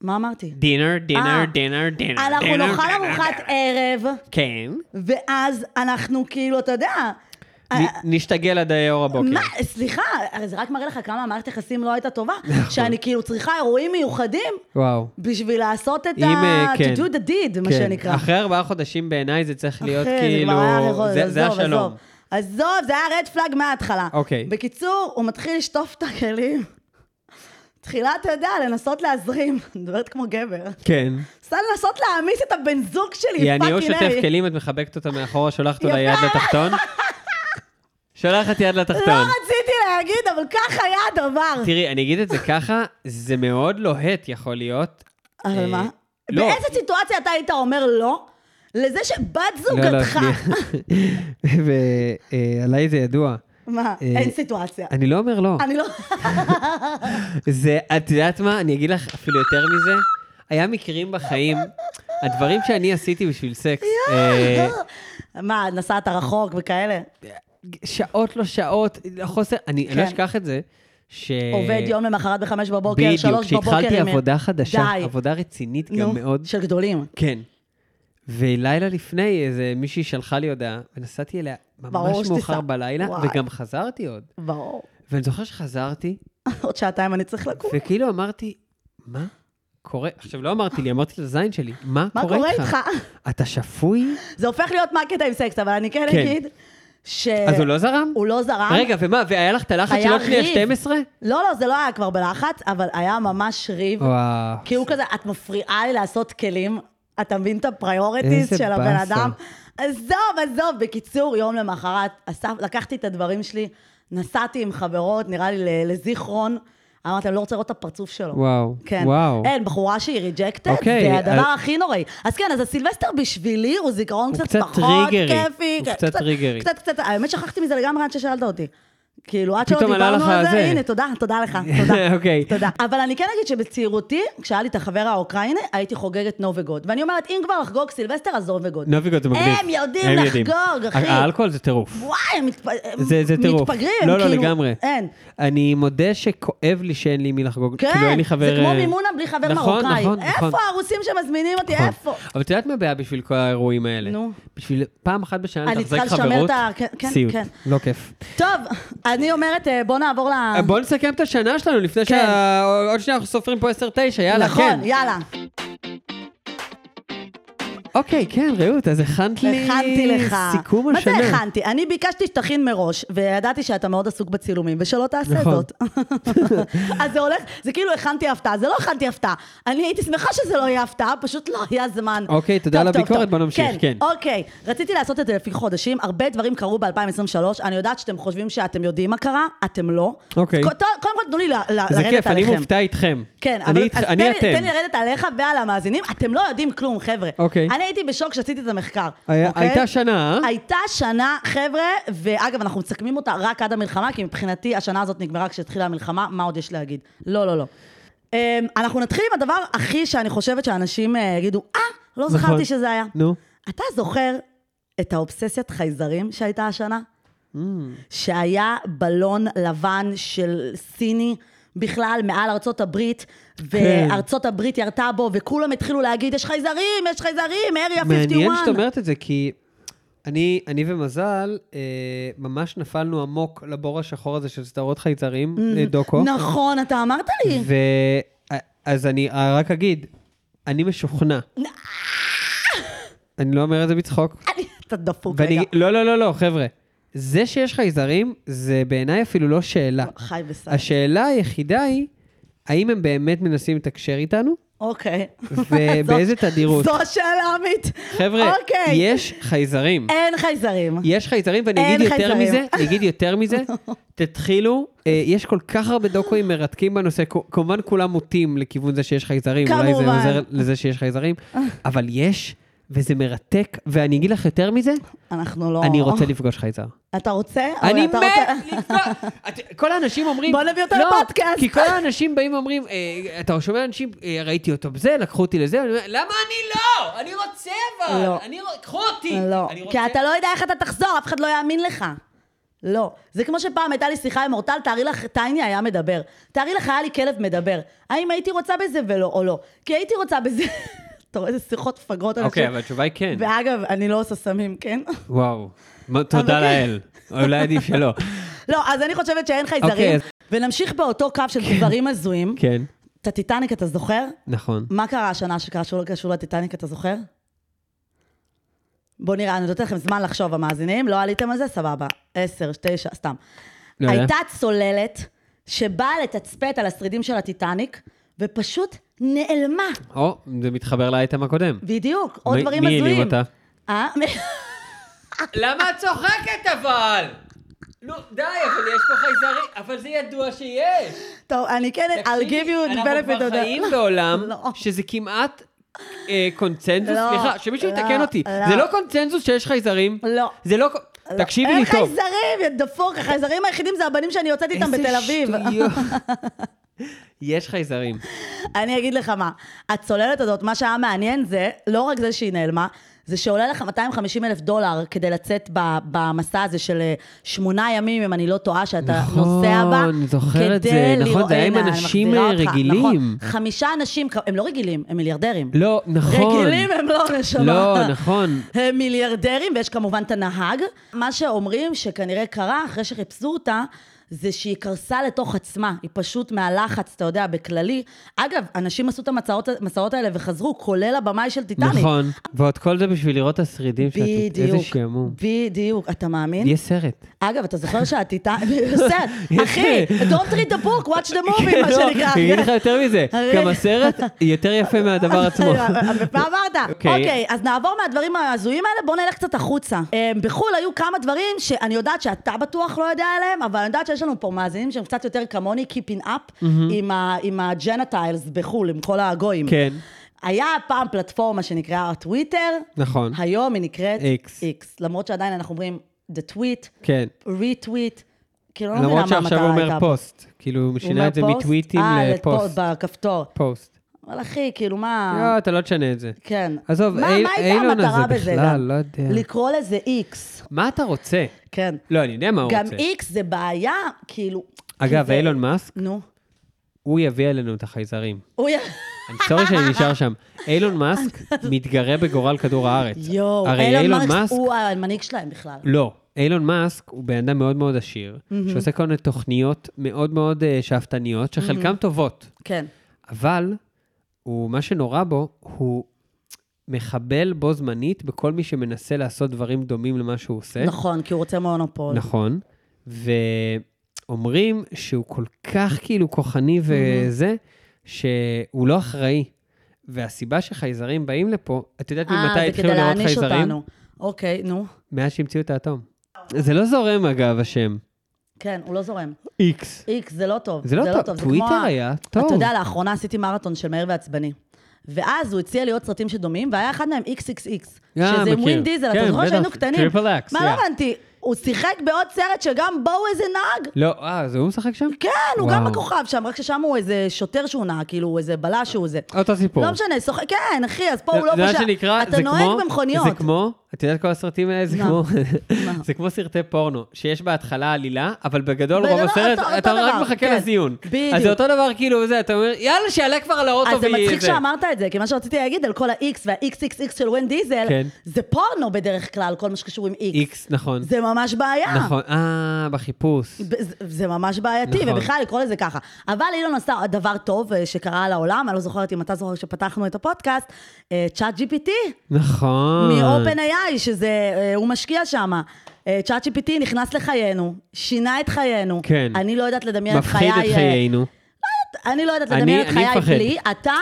מה אמרתי? דינר, דינר, אה. דינר, דינר. אנחנו דינר, נאכל דינר, ארוחת דינר. ערב, כן. ואז אנחנו כאילו, אתה יודע... נ- נשתגל עד האור הבוקר. אה, מה, סליחה, הרי זה רק מראה לך כמה המערכת יחסים לא הייתה טובה, נכון. שאני כאילו צריכה אירועים מיוחדים וואו. בשביל לעשות את אם, ה... אה, כן. to do the deed, מה כן. שנקרא. אחרי ארבעה חודשים בעיניי זה צריך להיות אחי, כאילו... כבר היה רחוב, זה- זה עזוב, השלום. עזוב. עזוב, זה היה רד פלאג מההתחלה. אוקיי. בקיצור, הוא מתחיל לשטוף את הכלים. תחילה, אתה יודע, לנסות להזרים. אני מדברת כמו גבר. כן. ניסה לנסות להעמיס את הבן זוג שלי, היא אני או פאקינג שוטף איי. כלים, את מחבקת אותה מאחורה, שולחת אותה יפה. יד לתחתון? שולחת יד לא לתחתון. רציתי להגיד, אבל ככה היה הדבר. תראי, אני אגיד את זה ככה, זה מאוד לוהט יכול להיות. אבל אה, מה? לא. באיזה סיטואציה אתה היית אומר לא? לזה שבת לא, זוגתך... ועליי אה, זה ידוע. מה? אה, אין סיטואציה. אני לא אומר לא. אני לא... זה, את יודעת מה? אני אגיד לך אפילו יותר מזה. היה מקרים בחיים, הדברים שאני עשיתי בשביל סקס, לא. אה, מה, נסעת רחוק וכאלה? שעות לא שעות, חוסר, אני אני לא כן. אשכח את זה, ש... עובד יום למחרת בחמש בבוקר, בדיוק, שלוש בבוקר. כשהתחלתי עם- עבודה חדשה, די. עבודה רצינית נו, גם מאוד. של גדולים. כן. ולילה לפני, איזה מישהי שלחה לי הודעה, ונסעתי אליה ברור ממש שתיסע. מאוחר בלילה, וואי. וגם חזרתי עוד. ברור. ואני זוכר שחזרתי, עוד שעתיים אני צריך לקום. וכאילו אמרתי, מה קורה? עכשיו, לא אמרתי לי, אמרתי לזין שלי, מה מה קורה קורה איתך? איתך? אתה שפוי? זה הופך להיות מה הקטע עם סקס, אבל אני כן כן. אגיד ש... אז הוא לא זרם? אה, הוא לא זרם. רגע, ומה, והיה לך את הלחץ היה שלא לפני ריב. ה-12? לא, לא, זה לא היה כבר בלחץ, אבל היה ממש אוקיי. ריב. וואו. כי הוא כזה, את מפריעה לי לעשות כלים, אתה מבין את הפריורטיז איזה של הבן באסה. אדם? עזוב, עזוב. בקיצור, יום למחרת, אסף, לקחתי את הדברים שלי, נסעתי עם חברות, נראה לי ל- לזיכרון. אמרתי, אני לא רוצה לראות את הפרצוף שלו. וואו, כן. וואו. אין, בחורה שהיא ריג'קטד, אוקיי, זה הדבר אז- הכי נוראי. אז כן, אז הסילבסטר בשבילי הוא זיכרון הוא קצת קצת פחות טריגרי. כיפי. הוא כן, קצת טריגרי. קצת, קצת, האמת שכחתי מזה לגמרי עד ששאלת אותי. כאילו, עד שלא פתאום עלה דיברנו לך על זה, זה. הנה, תודה, תודה לך, תודה. אוקיי. תודה. אבל אני כן אגיד שבצעירותי, כשהיה לי את החבר האוקראיני, הייתי חוגגת נובגוד. ואני אומרת, אם כבר לחגוג סילבסטר, אז נובגוד. נוביגוד זה מגניב. הם יודעים לחגוג, אחי. האלכוהול זה טירוף. וואי, הם מתפ- הם זה- זה טירוף. מתפגרים, הם לא, לא, כאילו... לגמרי. אין. אני מודה שכואב לי שאין לי מי לחגוג. כן, כאילו, אין לי חבר... זה כמו אה, מימונה בלי חבר נכון, מרוקאי. נכון, איפה נכון. הרוסים שמזמינים אותי? נכון. איפה? אבל את יודעת מה הבעיה בשביל כל האירועים האלה? נו. בשביל פעם אחת בשנה אני לתחזק צריכה לשמר את חברות, ה- כן, כן, סיוט. כן. לא כיף. טוב, אני אומרת, אה, בוא נעבור ל... בואו נסכם את השנה שלנו לפני כן. שעוד שנייה אנחנו סופרים פה 10-9, יאללה, כן. נכון, יאללה. אוקיי, כן, רעות, אז הכנת לי... הכנתי לך. סיכום השנה. מה זה הכנתי? אני ביקשתי שתכין מראש, וידעתי שאתה מאוד עסוק בצילומים, ושלא תעשה נכון. זאת. אז זה הולך, זה כאילו הכנתי הפתעה, זה לא הכנתי הפתעה. אני הייתי שמחה שזה לא יהיה הפתעה, פשוט לא היה זמן. אוקיי, תודה טוב, על טוב, הביקורת, טוב. בוא נמשיך, כן. אוקיי, רציתי לעשות את זה לפי חודשים, הרבה דברים קרו ב-2023, אני יודעת שאתם חושבים שאתם יודעים מה קרה, אתם לא. אוקיי. אז קודם כל תנו לא, לי ל- ל- לרדת זה עליכם. כיף, אני מופתע איתכם. כן, אני אבל איתכ- אז תן אני לי- תן אתם. לי לרדת עליך ועל המאזינים, אתם לא יודעים כלום, חבר'ה. אוקיי. אני הייתי בשוק כשעשיתי את המחקר. היה- אוקיי? הייתה שנה, אה? הייתה שנה, חבר'ה, ואגב, אנחנו מסכמים אותה רק עד המלחמה, כי מבחינתי השנה הזאת נגמרה כשהתחילה המלחמה, מה עוד יש להגיד? לא, לא, לא. אמ, אנחנו נתחיל עם הדבר הכי שאני חושבת שאנשים אה, יגידו, אה, לא נכון. זכרתי שזה היה. נו. אתה זוכר את האובססיית חייזרים שהייתה השנה? שהיה בלון לבן של סיני בכלל, מעל ארצות הברית, כן. וארצות הברית ירתה בו, וכולם התחילו להגיד, יש חייזרים, יש חייזרים, אריה 51. מעניין שאת אומרת את זה, כי אני, אני ומזל אה, ממש נפלנו עמוק לבור השחור הזה של סדרות חייזרים, Mm. אה, דוקו. נכון, אתה אמרת לי. ו... אה, אז אני אה, רק אגיד, אני משוכנע. אני לא אומר את זה בצחוק. אני- אתה דפוק ואני... אוקיי, רגע. לא, לא, לא, לא, חבר'ה. זה שיש חייזרים, זה בעיניי אפילו לא שאלה. חי בסדר. השאלה היחידה היא, האם הם באמת מנסים לתקשר איתנו? אוקיי. ובאיזה זו- תדירות? זו השאלה אמית. חבר'ה, אוקיי. יש חייזרים. אין חייזרים. יש חייזרים, ואני אין אגיד יותר חייזרים. מזה, אני אגיד יותר מזה, תתחילו, אה, יש כל כך הרבה דוקואים מרתקים בנושא, כ- כמובן כולם מוטים לכיוון זה שיש חייזרים, אולי זה כמובן. עוזר לזה שיש חייזרים, אבל יש, וזה מרתק, ואני אגיד לך יותר מזה, אנחנו לא... אני רוצה לפגוש חייזר. אתה רוצה? אבל אני מת אתה רוצה- לפגוש... את- כל האנשים אומרים... בוא נביא אותו לא, לפודקאסט. כי כל האנשים באים ואומרים, אה, אתה שומע אנשים, אה, ראיתי אותו בזה, לקחו אותי לזה, אני אומר, למה אני לא? אני רוצה אבל, לא. אני רוצ- קחו אותי. לא, אני כי רוצה- אתה לא יודע איך אתה תחזור, אף אחד לא יאמין לך. לא. זה כמו שפעם הייתה לי שיחה עם אורטל, תארי לך, טייני היה מדבר. תארי לך, היה לי כלב מדבר. האם הייתי רוצה בזה ולא, או לא? כי הייתי רוצה בזה... אתה רואה איזה שיחות מפגרות אנשים. אוקיי, אבל התשובה היא כן. ואגב, אני לא עושה סמים, כן? וואו, מה- תודה אבל- לאל. אולי עדיף שלא. לא, אז אני חושבת שאין אוקיי, חייזרים. אז- ונמשיך באותו קו של דברים הזויים. כן, את הטיטניק אתה זוכר? נכון. מה קרה השנה שקשור קשור לטיטניק, אתה זוכר? בוא נראה, אני נותן לכם זמן לחשוב, המאזינים, לא עליתם על זה? סבבה. עשר, תשע, סתם. לא יודע. הייתה צוללת שבאה לתצפת על השרידים של הטיטניק, ופשוט נעלמה. או, זה מתחבר לאייטם הקודם. אה. בדיוק, עוד מי- דברים מי העלים הזויים. אותה? אה? למה את צוחקת אבל? נו, די, אבל יש פה חייזרים, אבל זה ידוע שיש. טוב, אני כן, I'll give you the אנחנו benefit כבר of חיים the... בעולם לא. שזה כמעט אה, קונצנזוס, לא, סליחה, שמישהו לא, יתקן אותי. לא. זה לא קונצנזוס שיש חייזרים. לא. זה לא... תקשיבי לי אין טוב. חייזרים, יא דפוק, החייזרים היחידים זה הבנים שאני יוצאת איתם בתל אביב. איזה שטויות. יש חייזרים. אני אגיד לך מה, הצוללת הזאת, מה שהיה מעניין זה, לא רק זה שהיא נעלמה, זה שעולה לך 250 אלף דולר כדי לצאת ב- במסע הזה של אה, שמונה ימים, אם אני לא טועה, שאתה נכון, נוסע בה. אני זוכר את כדי זה. נכון, לראות- זה היה עם הנה, אני אנשים, מחזירה אה, אותך. רגילים. נכון, חמישה אנשים, הם לא רגילים, הם מיליארדרים. לא, נכון. רגילים הם לא נשמה. לא, נכון. הם מיליארדרים, ויש כמובן את הנהג. מה שאומרים שכנראה קרה, אחרי שחיפשו אותה, זה שהיא קרסה לתוך עצמה. היא פשוט מהלחץ, אתה יודע, בכללי. אגב, אנשים עשו את המצאות- המסעות האלה וחזרו, כולל הבמאי של טיטניק. נכון, ועוד כל זה בשביל לראות את השרידים שאת... איזה בדיוק, שעמום. בדיוק, אתה מאמין? יש סרט. אגב, אתה זוכר שהטיטניק, בסדר, אחי, don't read the book, watch the movie, מה לא, שנקרא. אני אגיד לך יותר מזה, הרי- גם הסרט יותר יפה מהדבר עצמו. אה, מה אמרת? אוקיי. אוקיי, אז נעבור מהדברים ההזויים האלה, בואו נלך קצת החוצה. אה, בחו"ל היו כמה דברים שאני יודעת שאתה בטוח לא יודע עליהם, אבל אני יודעת שיש שיש לנו פה מאזינים שהם קצת יותר כמוני, keeping Mhm. up, עם ה- עם הג'נטיילס בחו"ל, עם כל הגויים. כן, היה פעם פלטפורמה שנקראה טוויטר, נכון. היום היא נקראת X. X. למרות שעדיין אנחנו אומרים the tweet, כן. retweet, כאילו לא מבינה מה למרות המטרה שעכשיו הוא אומר הייתה. פוסט. כאילו, הוא הוא שינה אומר את זה פוסט? מטוויטים אה, לפו- לפוסט. בכפתור. פוסט. אבל אחי, כאילו מה... לא, אתה לא תשנה את זה. כן. עזוב, מה- אי- מה הייתה אילון הזה המטרה בזה בכלל, גם? לא יודע. לקרוא לזה X. מה אתה רוצה? כן. לא, אני יודע מה הוא גם רוצה. X זה בעיה, כאילו... כי אגב, זה- אילון מאסק, נו. הוא יביא עלינו את החייזרים. אוי, אני סורי שאני נשאר שם. אילון מאסק מתגרה בגורל כדור הארץ. יואו, הרי אילון אילון מאסק מאסק, הוא המנהיג שלהם בכלל. לא. אילון מאסק הוא בן אדם מאוד מאוד עשיר, שעושה כל מיני תוכניות מאוד מאוד אה, שאפתניות, שחלקן טובות, כן. אבל הוא, מה שנורא בו, הוא מחבל בו זמנית בכל מי שמנסה לעשות דברים דומים למה שהוא עושה. נכון, כי הוא רוצה מונופול. אה? נכון. ואומרים שהוא כל כך כאילו כוחני וזה, שהוא לא אחראי. והסיבה שחייזרים באים לפה, את יודעת ממתי אה, זה התחילו כדי לראות להעניש חייזרים? אותנו. אוקיי, נו. מאז שהמציאו את האטום. זה לא זורם אגב, השם. כן, הוא לא זורם. איקס. איקס זה לא טוב. זה לא טוב, זה טוויטר כמו ה- היה טוב. אתה יודע, לאחרונה עשיתי מרתון של מהיר ועצבני. ואז הוא הציע לי עוד סרטים שדומים, והיה אחד מהם XXX. אה, שזה עם מכיר. ווין דיזל, כן, אתה זוכר בטח, שהיינו קטנים. Triple X, מה, לא yeah. הבנתי, הוא שיחק בעוד סרט שגם בו הוא איזה נהג? לא, אה, זה הוא משחק שם? כן, הוא גם וואו. הכוכב שם, רק ששם הוא איזה שוטר שהוא נהג, כאילו, הוא איזה בלש שהוא זה. אותו סיפור. לא משנה, שוח... כן, אחי, אז פה הוא זה- לא זה מה פושע. שנקרא, אתה זה כמו- נוהג במכוניות. זה כמו, את יודעת כל הסרטים האלה? זה מה? כמו- מה? זה כמו סרטי פורנו, שיש בהתחלה עלילה, אבל בגדול בגדול רוב הסרט, אותו- אתה אותו רק דבר, מחכה כן. לזיון. אז בדיוק. זה אותו דבר כאילו זה, אתה אומר, יאללה, שיעלה כבר על האוטו אז זה ויהיה מצחיק שאמרת את זה, כי מה שרציתי להגיד על כל ה-X וה-XXX של ווין דיזל, כן. זה פורנו בדרך כלל, כל מה שקשור עם X. איקס, נכון. זה ממש בעיה. נכון, אה, בחיפוש. ב- זה- זה ממש בעייתי, נכון. ובכלל לקרוא לזה ככה. אבל אילון עשה דבר טוב אה, שקרה לעולם, אני לא זוכרת אם אתה זוכר כשפתחנו את הפודקאסט, צ'אט GPT נכון. מ-OpenAI, שזה, אה, הוא משקיע שם. צ'אט GPT נכנס לחיינו, שינה את חיינו. כן. אני לא יודעת לדמיין את חיי... מפחיד את אה, חיינו. אני לא יודעת אני- לדמיין את אני חיי מפחד. בלי, אתה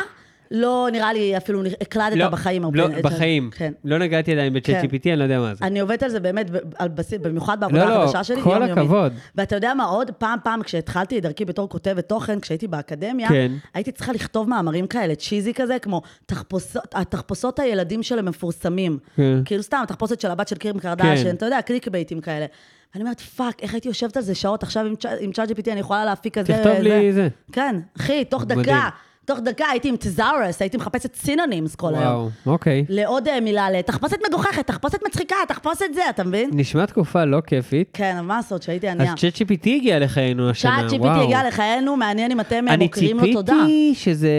לא נראה לי אפילו הקלדת בחיים. הרבה- לא, את- בחיים. כן. לא נגעתי עדיין ב-ChatGPT, אני לא יודע מה זה. אני עובדת על זה באמת, ב- על בסיס, במיוחד לא, בעבודה לא, החדשה שלי, כל יומיומית. הכבוד. ואתה יודע מה עוד? פעם, פעם, כשהתחלתי את דרכי בתור כותבת תוכן, כשהייתי באקדמיה, כן. הייתי צריכה לכתוב מאמרים כאלה, צ'יזי כזה, כמו תחפושות, התחפושות הילדים של המפורסמים. כן. כאילו סתם, תחפושת של הבת של קירים קרדשן, כן. אתה יודע, קליק בייטים כאלה. אני אומרת, פאק, איך הייתי יושבת על זה שעות עכשיו עם צ'אט- עם צ'אט GPT, אני יכולה להפיק כזה... תכתוב לי זה. כן, אחי, תוך מדהים. דקה, תוך דקה הייתי עם טזארס, הייתי מחפשת סינונימס כל היום. וואו, אוקיי. לעוד אה, מילה ל... תחפושת מגוחכת, תחפושת מצחיקה, תחפושת זה, אתה מבין? נשמע תקופה לא כיפית. כן, מה לעשות שהייתי אז ענייה. ChatGPT הגיע לחיינו השנה, צ'אט וואו. GPT הגיע לחיינו, מעניין אם אתם אני מוכרים לו תודה. ציפיתי שזה...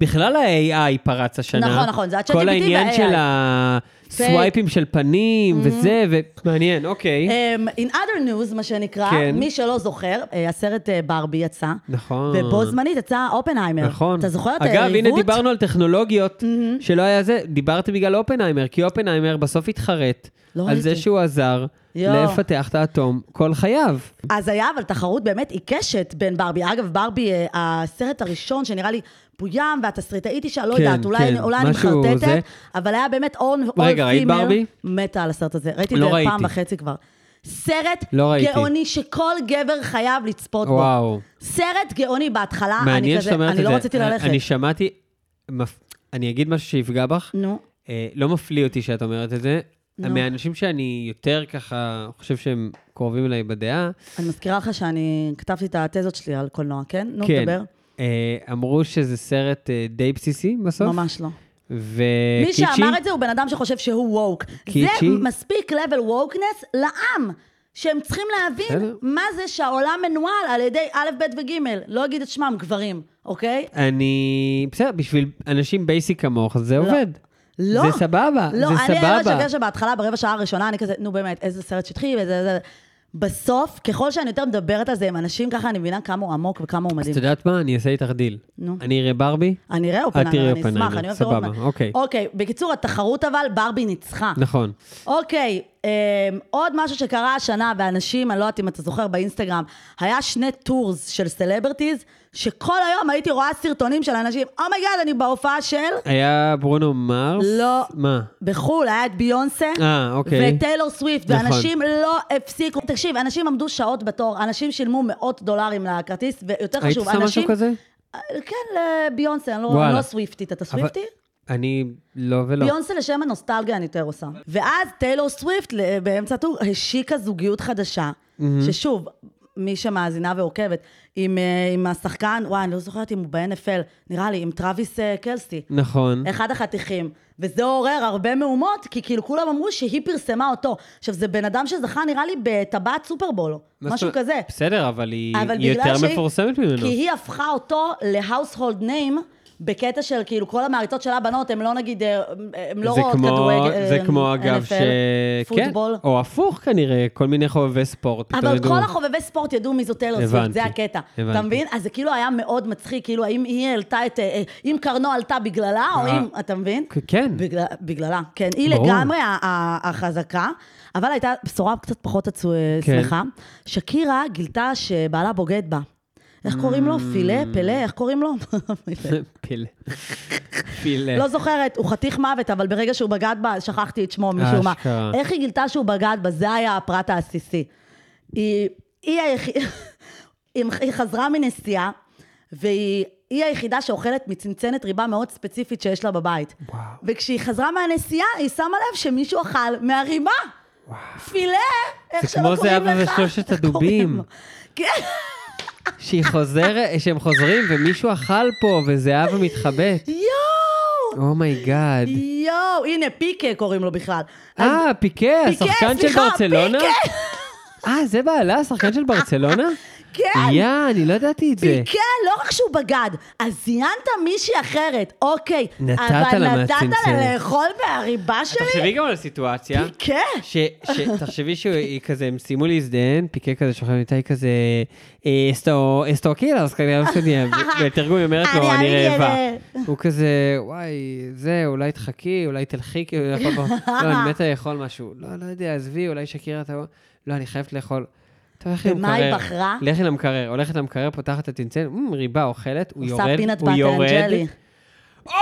בכלל ה-AI פרץ השנה. נכון, נכון, זה ה-ChatGPT כל העניין וה-AI. של הסווייפים של פנים Mhm. וזה, ומעניין, אוקיי. Um, in other news, מה שנקרא, כן. מי שלא זוכר, אה, הסרט אה, ברבי יצא, נכון. ובו זמנית יצא אופנהיימר. נכון. אתה זוכר את אה, Mhm. אגב, הנה היריבות? דיברנו על טכנולוגיות שלא היה זה, דיברתי בגלל אופנהיימר, כי אופנהיימר בסוף התחרט לא על ראיתי. זה שהוא עזר יואו. לפתח את האטום כל חייו. אז היה אבל תחרות באמת עיקשת בין ברבי. אגב, ברבי, אה, הסרט הראשון שנראה לי פוים, והתסריטאית אישה, לא כן, יודעת, אולי, כן, אני- אולי אני משהו מחרטטת, זה. אבל היה באמת און רגע, ראית ברבי? מתה על הסרט הזה. ראיתי לא את זה ראיתי. פעם וחצי כבר. סרט לא ראיתי. גאוני שכל גבר חייב לצפות בו. וואו. סרט גאוני בהתחלה, אני מעניין שאת כזה, אומרת את זה. אה, אני לא רציתי ללכת. אני שמעתי, מפ- אני אגיד משהו שיפגע בך. נו, אה, לא מפליא אותי שאת אומרת את זה. נו. מהאנשים שאני יותר ככה חושב שהם קרובים אליי בדעה, אני מזכירה לך שאני כתבתי את התזות שלי על קולנוע, כן? נו, כן. תדבר. אה, אמרו שזה סרט אה, די בסיסי בסוף. ממש לא. וקיצ'י. מי שאמר את זה הוא בן אדם שחושב שהוא ווק. זה אה, קיצ'י? מספיק level ווקנס לעם, שהם צריכים להבין בסדר. מה זה שהעולם מנוהל על ידי א', ב' וג', לא אגיד את שמם, גברים, אוקיי? אני... בסדר, בשביל אנשים בייסיק כמוך זה עובד. לא. זה סבבה, לא, זה אני סבבה. לא אשקר שבהתחלה, ברבע שעה הראשונה, אני כזה, נו באמת, איזה סרט שטחי, ואיזה... זה- בסוף, ככל שאני יותר מדברת על זה עם אנשים, ככה אני מבינה כמה הוא עמוק וכמה הוא אז מדהים. את יודעת מה? אני אעשה איתך דיל. נו. אני אראה ברבי, אני אראה תראי אופנהיימר, אני אופנהיימר, אשמח, אני אוהבת סבבה, אופנהיימר. אוקיי. אוקיי, בקיצור, התחרות אבל, ברבי ניצחה. נכון. אוקיי, אמ, עוד משהו שקרה השנה, ואנשים, אני לא יודעת אם אתה זוכר, באינסטגרם, היה שני טורס של סלברטיז, שכל היום הייתי רואה סרטונים של אנשים, אומייגאד, אני בהופעה של... היה ברונו מרס? לא. מה? בחו"ל, היה את ביונסה. אה, אוקיי. וטיילור סוויפט, נכון. ואנשים לא הפסיקו. תקשיב, אנשים עמדו שעות בתור, אנשים שילמו מאות דולרים לכרטיס, ויותר היית חשוב, עושה משהו אנשים... כזה? כן, לביונסה, אני לא- וואלה. אני לא סוויפטית. אתה סוויפטי? אני לא ולא. ביונסה לשם הנוסטלגיה אני יותר עושה. ואז טיילור סוויפט, ל- באמצע הטור, השיקה זוגיות חדשה, ששוב, מי שמאזינה ועוקבת, עם, אה, עם השחקן, וואי, אני לא זוכרת אם הוא ב-NFL, נראה לי, עם טראביס אה, קלסי. נכון. אחד החתיכים. וזה עורר הרבה מהומות, כי כאילו כולם אמרו שהיא פרסמה אותו. עכשיו, זה בן אדם שזכה, נראה לי, בטבעת סופרבול, מה זאת משהו אומרת? כזה. בסדר, אבל היא אבל היא בגלל יותר שהיא- מפורסמת ממנו. כי היא הפכה אותו ל-household name. בקטע של כאילו כל המעריצות של הבנות, הם לא נגיד, אה, הם לא זה רואות כמו- כדורגל, זה אה, כמו אגב NFL, ש... כן, פוטבול. או הפוך כנראה, כל מיני חובבי ספורט. פתאום אבל ידעו. כל החובבי ספורט ידעו מי זו טיילור סוויפט, הבנתי, זה הקטע. אתה הבנתי. מבין? אז זה כאילו היה מאוד מצחיק, כאילו האם היא העלתה את... אה, אה, אם קרנו עלתה בגללה, או אה. אם... אתה מבין? כ- כן. בגלל, בגללה, כן. היא ברור. לגמרי ה- ה- החזקה, אבל הייתה בשורה קצת פחות עצו... כן. שמחה. שקירה גילתה שבעלה בוגד בה. איך Mm. קוראים לו? פילה? פלא? איך קוראים לו? פילה. פילה. לא זוכרת, הוא חתיך מוות, אבל ברגע שהוא בגד בה, שכחתי את שמו משום מה. אשכרה. איך היא גילתה שהוא בגד בה? זה היה הפרט העסיסי. היא, היא, היח... היא חזרה מנסיעה, והיא היא היחידה שאוכלת מצנצנת ריבה מאוד ספציפית שיש לה בבית. וואו. וכשהיא חזרה מהנסיעה, היא שמה לב שמישהו אכל מהרימה. פילה, איך שלא כמו קוראים זהבה לך. ושלושת איך קוראים הדובים. לו? כן. שהיא חוזרת, שהם חוזרים ומישהו אכל פה וזהבה מתחבאת. יואו! Oh אומייגאד. יואו! הנה, פיקה קוראים לו בכלל. אז- אה, פיקה, פיקה, השחקן של סליחה, ברצלונה? פיקה. אה, זה בעלה, השחקן של ברצלונה? כן. יא, אני לא ידעתי את זה. פיקה, לא רק שהוא בגד, אז זיינת מישהי אחרת, אוקיי. נתת אבל לה נתת לה מהצנצנת. לאכול מהריבה שלי? כן. תחשבי גם על סיטואציה. פיקה. ש, ש, תחשבי שהיא כזה, הם סיימו להזדהן, פיקה כזה שוכב איתה, היא כזה, אה, אסטו, אסטו קילה, אז כנראה לא יודעים, בתרגום היא אומרת לו, אני- אני אני רעבה. רעבה. הוא כזה, וואי, זה, אולי תחכי, אולי תלכי, כאילו, לאכול פה." לא, אני מתה לאכול משהו. לא, לא יודע, עזבי, אולי שקירה תבוא. לא, אני חייבת לאכול. טוב, לכי למקרר. ומה היא בחרה? לכי למקרר. הולכת למקרר, פותחת את הצנצנת, "מ, ריבה, אוכלת, הוא עושה יורד, פינת הוא באטר יורד. אנג'לי. אוי,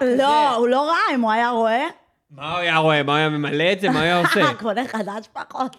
לא! לא, הוא לא ראה, אם הוא היה רואה. מה הוא היה רואה? מה הוא היה ממלא את זה? מה הוא היה עושה? "אמ, קונה חדש פחות.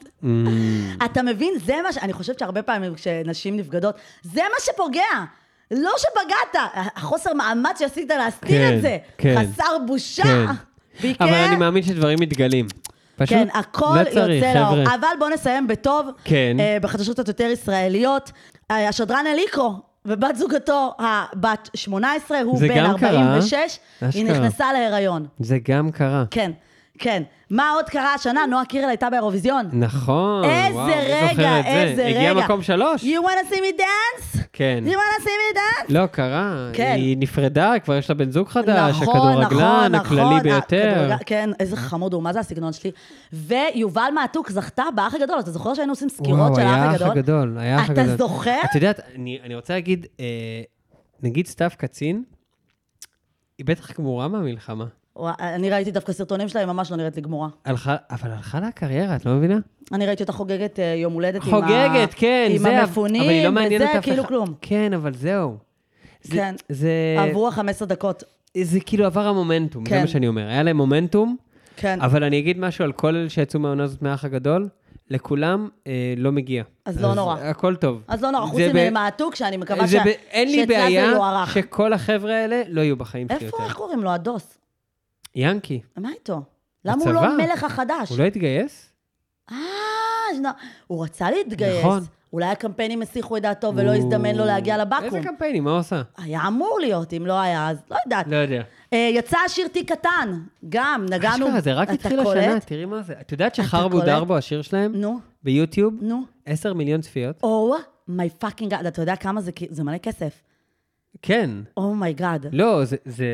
אתה מבין? זה מה ש... אני חושבת שהרבה פעמים כשנשים נבגדות, זה מה שפוגע. לא שבגדת, החוסר מאמץ שעשית להסתיר כן, את זה. כן. חסר בושה. כן. כן. ביקר. אבל אני מאמין שדברים מתגלים. פשוט, כן, הכל לא צריך, יוצא לאור. חבר'ה. אבל בואו נסיים בטוב, כן. אה, בחדשות קצת יותר ישראליות. אה, השדרן אליקו ובת זוגתו, הבת 18, הוא זה בן גם קרה? 46, היא אשכרה. נכנסה להיריון. זה גם קרה. כן, כן. מה עוד קרה השנה? נועה קירל הייתה באירוויזיון. נכון, איזה וואו, מי רגע, זוכר את זה? איזה הגיע רגע. מקום שלוש? You wanna see me dance? כן. You wanna see me dance? לא, קרה. כן. היא נפרדה, כבר יש לה בן זוג חדש, נכון, הכדורגלן, נכון, הכללי נכון, ביותר. הכדורגל- כן, איזה חמוד הוא, מה זה הסגנון שלי? ויובל מעתוק זכתה באח הגדול, אתה זוכר שהיינו עושים סקירות וואו, של היה האח האח הגדול? הגדול, היה האח אתה הגדול. זוכר? את יודעת, אני אני רוצה להגיד, אה, נגיד סתיו קצין, היא בטח גמורה מהמלחמה. וואי, אני ראיתי דווקא סרטונים שלה, היא ממש לא נראית לי גמורה. הלכה- אבל הלכה לה הקריירה, את לא מבינה? אני ראיתי אותה חוגגת אה, יום הולדת עם ה- חוגגת, כן, עם זה, אבל- אבל היא המפונים, לא מעניינת אף וזה אחד. כאילו כלום. כן, אבל זהו. זה- כן. זה, עברו ה-15 דקות. זה כאילו עבר המומנטום, כן. זה מה שאני אומר. היה להם מומנטום, כן. אבל אני אגיד משהו על כל אלה שיצאו מהעונה הזאת מהאח הגדול, לכולם אה, לא מגיע. אז לא נורא. הכל טוב. אז לא נורא, זה חוץ ב- ממעתוק, שאני מקווה ש- זה ב- אין לי שאצלה זה בעיה יוארך. שכל החבר'ה האלה לא יהיו בחיים שלי איפה, יותר. איך קוראים לו? הדוס. ינקי, מה איתו? למה הוא לא בצבא. המלך החדש? הוא לא התגייס? אה, נו, הוא רצה להתגייס. נכון. אולי הקמפיינים הסיחו את דעתו ולא הוא- לא הזדמן לו להגיע איזה לבקו"ם. קמפיינים, מה הוא עושה? היה אמור להיות, אם לא היה, אז לא יודעת. לא יודע. אה, יצא השיר תיק קטן, גם, נגענו. אשכרה, זה רק אתה התחיל קולט? השנה, תראי מה זה. את יודעת שחרבו קולט? דרבו, השיר שלהם, נו, ביוטיוב, נו. 10 מיליון צפיות? או מי פאקינג גאד, אתה יודע כמה זה, כי- זה מלא כסף. כן. אומייגאד. לא, זה- זה...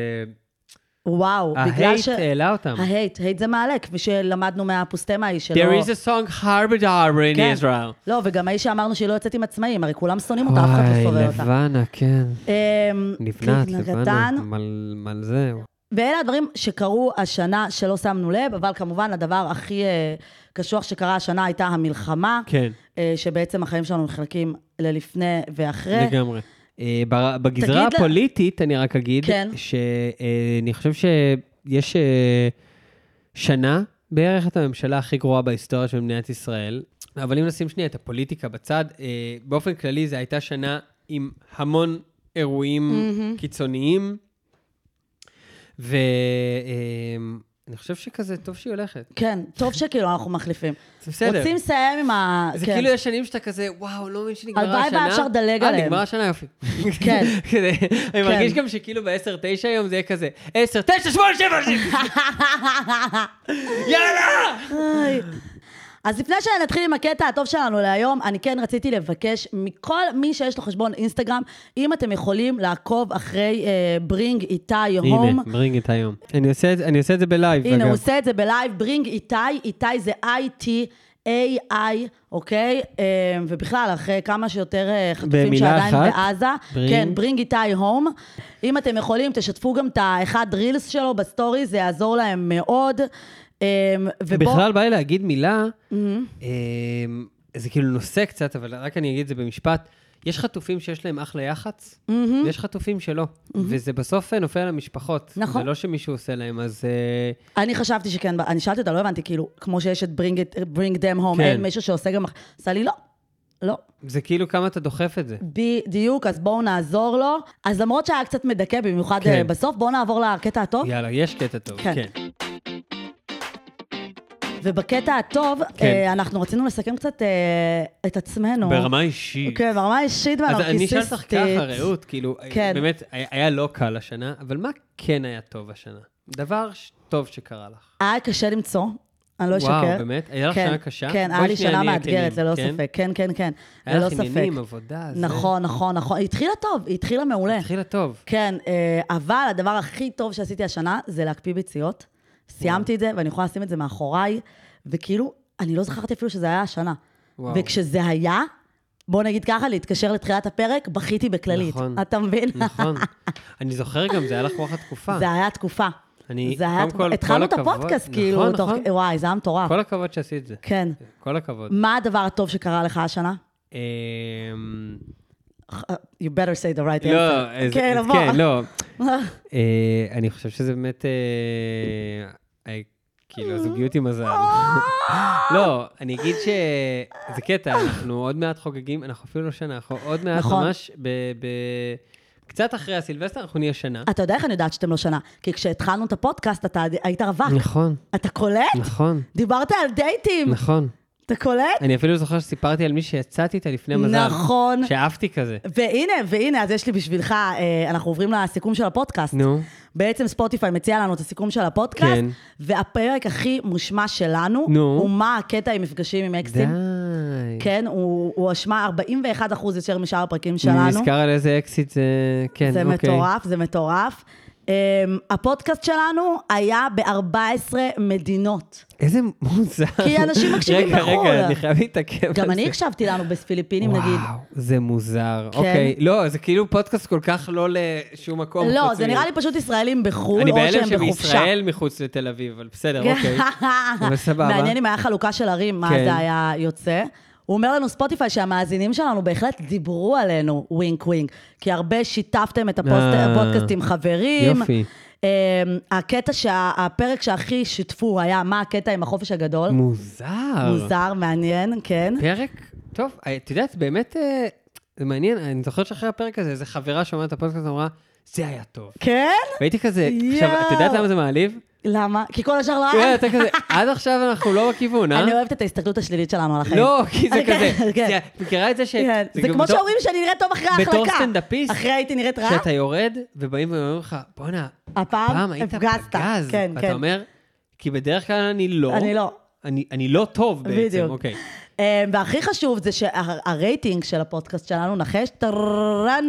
וואו, בגלל ההייט ש... העלה אותם. ההייט, הייט זה מעלה, כפי שלמדנו מהפוסטמה ההיא שלא... There is a song Harbour Darber in כן. Israel. לא, וגם ההיא שאמרנו שהיא לא יוצאת עם עצמאים, הרי כולם שונאים אותה, אף אחד לא שורא אותה. לבנה, כן. אמ, לבנת, קליק לבנה. נגתן. מל- מל זה. ואלה הדברים שקרו השנה שלא שמנו לב, אבל כמובן הדבר הכי אה, קשוח שקרה השנה הייתה המלחמה, כן, אה, שבעצם החיים שלנו נחלקים ללפני ואחרי. לגמרי. אה, בר- בגזרה לה- הפוליטית, אני רק אגיד, כן. שאני חושב שיש אה, שנה בערך את הממשלה הכי גרועה בהיסטוריה של מדינת ישראל, אבל אם נשים שנייה את הפוליטיקה בצד, אה, באופן כללי זו הייתה שנה עם המון אירועים קיצוניים, ואני חושב שכזה, טוב שהיא הולכת. כן, טוב שכאילו אנחנו מחליפים. זה בסדר. רוצים לסיים עם ה... זה כן. כאילו יש שנים שאתה כזה, וואו, לא מבין שנגמרה השנה. הלוואי והיה אפשר לדלג עליהם. אה, נגמר השנה, יופי. כן. כזה, אני מרגיש גם שכאילו ב-10-9 היום זה יהיה כזה, 10, 9, 8, 7, 6, יאללה! היי. אז לפני שנתחיל עם הקטע הטוב שלנו להיום, אני כן רציתי לבקש מכל מי שיש לו חשבון אינסטגרם, אם אתם יכולים לעקוב אחרי אה, ברינג איתי הום. ברינג את היום. אני עושה את זה- אני עושה את זה בלייב, הנה, הוא עושה את זה בלייב, ברינג איתי, איתי זה I-T-A-I, אוקיי? אה, ובכלל, אחרי כמה שיותר אה, חטופים במילה שעדיין אחת, בעזה. ברינג. כן, ברינג איתי הום. אם אתם יכולים, תשתפו גם את האחד רילס שלו בסטורי, זה יעזור להם מאוד. אה, ובוא- Mm-hmm. בכלל בא לי להגיד מילה, אמ, זה כאילו נושא קצת, אבל רק אני אגיד את זה במשפט. יש חטופים שיש להם אחלה יח"צ, Mm-hmm. ויש חטופים שלא. וזה בסוף אה, נופל על המשפחות. נכון. זה לא שמישהו עושה להם, אז... אה, אני חשבתי שכן, אני שאלתי אותה, לא הבנתי, כאילו, כמו שיש את ברינג, ברינג דם הום, כן. אין מישהו שעושה גם... אח- עשה לי לא. לא, זה כאילו כמה אתה דוחף את זה. בדיוק, אז בואו נעזור לו. אז למרות שהיה קצת מדכא, במיוחד כן. אה, בסוף, בואו נעבור לקטע הטוב. יאללה, יש קטע טוב, כן. כן. ובקטע הטוב, כן. אה, אנחנו רצינו לסכם קצת אה, את עצמנו. ברמה אישית. כן, ברמה אישית אז והנרקיסיסטית. אני אשאל אותך ככה, רעות, כאילו, כן. באמת, היה היה לא קל השנה, אבל מה כן היה טוב השנה? דבר ש- טוב שקרה לך. היה קשה למצוא, אני לא אשקר. וואו, באמת? היה לך כן, שנה קשה? כן, בואי היה לי שנייה שנה נהיה מאתגרת, כנים, ללא כן? ספק. כן, כן, כן, היה ללא לך ספק. עניינים, עבודה, זה. נכון, נכון, נכון. היא התחילה טוב, היא התחילה מעולה. התחילה טוב. כן, אה, אבל הדבר הכי טוב שעשיתי השנה זה להקפיא ביציות. סיימתי את זה, ואני יכולה לשים את זה מאחוריי, וכאילו, אני לא זכרתי אפילו שזה היה השנה. וואו. וכשזה היה, בוא נגיד ככה, להתקשר לתחילת הפרק, בכיתי בכללית. נכון. אתה מבין? נכון. אני זוכר גם, זה היה לך רוח התקופה. זה היה תקופה. אני- זה היה קודם כל, תקופה. כל התחלנו את הכבוד. הפודקאסט, נכון, כאילו, תוך- נכון. וואי, זה היה מטורף. כל הכבוד שעשית את זה. כן. כל הכבוד. מה הדבר הטוב שקרה לך השנה? אמ, You better say the right answer. לא, אז- כן, אז בוא. כן, לא. אה, אני חושב שזה באמת, אה, אה, כאילו, הזוגיות היא מזל. לא, אני אגיד שזה קטע, אנחנו עוד מעט חוגגים, אנחנו אפילו לא שנה, אנחנו עוד מעט נכון. ממש, ב- ב- קצת אחרי הסילבסטר, אנחנו נהיה שנה. אתה יודע איך אני יודעת שאתם לא שנה? כי כשהתחלנו את הפודקאסט, אתה היית רווק. נכון, אתה קולט? נכון, דיברת על דייטים, נכון. אתה קולט? אני אפילו זוכר שסיפרתי על מי שיצאתי איתה לפני מזל. נכון. שאהבתי כזה. והנה, והנה, אז יש לי בשבילך, אה, אנחנו עוברים לסיכום של הפודקאסט. נו. בעצם ספוטיפיי מציע לנו את הסיכום של הפודקאסט, כן. והפרק הכי מושמע שלנו, נו. הוא מה הקטע עם מפגשים עם די. אקסים. כן, הוא הוא הושמע 41% יותר משאר הפרקים אני שלנו. נזכר על איזה אקזיט זה, כן, זה אוקיי. מטורף, זה מטורף. אמ, הפודקאסט שלנו היה ב-14 מדינות. איזה מוזר. כי אנשים מקשיבים רגע, בחו"ל. רגע, אני חייב להתעכב על זה. גם אני הקשבתי לנו בפיליפינים, נגיד. אוקיי, כן. וואו, זה מוזר. אוקיי. לא, זה כאילו פודקאסט כל כך לא לשום מקום. לא, חוץ זה מ- נראה לי פשוט ישראלים בחו"ל, אני או בהלם שהם בחופשה. כן. שבישראל מחוץ לתל אביב, אבל בסדר, אוקיי. אבל סבבה. מעניין אם היה חלוקה של ערים, מה כן. זה היה יוצא. הוא אומר לנו ספוטיפיי שהמאזינים שלנו בהחלט דיברו עלינו, ווינק ווינק, כי הרבה שיתפתם את הפוסט- אה, הפודקאסט עם חברים. יופי. אמ, הקטע, שה- הפרק שהכי שיתפו היה מה הקטע עם החופש הגדול. מוזר. מוזר, מעניין, כן. פרק, טוב, את יודעת, באמת, אה, זה מעניין, אני זוכרת שאחרי הפרק הזה, איזו חברה שומעת את הפודקאסט ואמרה, זה היה טוב. כן? והייתי כזה, עכשיו, את יודעת יואו. למה זה מעליב? למה? כי כל השאר לא כן, היה. אתה כזה, עד עכשיו אנחנו לא בכיוון, אה? אני אוהבת את ההסתכלות השלילית שלנו על החיים. לא, כי זה כן, כזה, כן. זה- את מכירה את זה ש... כן. זה גם כמו בתור- שאומרים שאני נראית טוב אחרי ההחלקה. בתור סטנדאפיסט, אחרי הייתי נראית רע, כשאתה יורד, ובאים ואומרים לך, בואנה, הפעם פעם היית הפגזת." פגז. כן, כן. ואתה אומר, כי בדרך כלל אני לא. אני לא. אני- אני לא טוב בעצם, בדיוק. אוקיי. אמ, והכי חשוב זה שהרייטינג של הפודקאסט שלנו, נחש, טרן,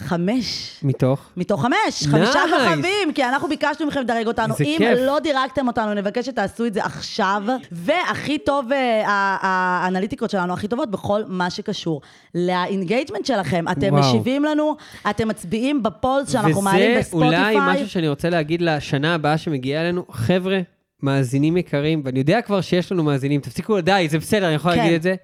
חמש. מתוך? מתוך חמש, חמישה Nice. כוכבים, כי אנחנו ביקשנו מכם לדרג אותנו. זה אם כיף. לא דירגתם אותנו, נבקש שתעשו את זה עכשיו. והכי טוב, אה, ה- ה- האנליטיקות שלנו הכי טובות בכל מה שקשור לאינגייג'מנט שלכם. אתם וואו. משיבים לנו, אתם מצביעים בפולס שאנחנו מעלים בספוטיפיי. וזה אולי משהו שאני רוצה להגיד לשנה הבאה שמגיעה אלינו. חבר'ה, מאזינים יקרים, ואני יודע כבר שיש לנו מאזינים, תפסיקו, די, זה בסדר, אני יכול כן. להגיד את זה.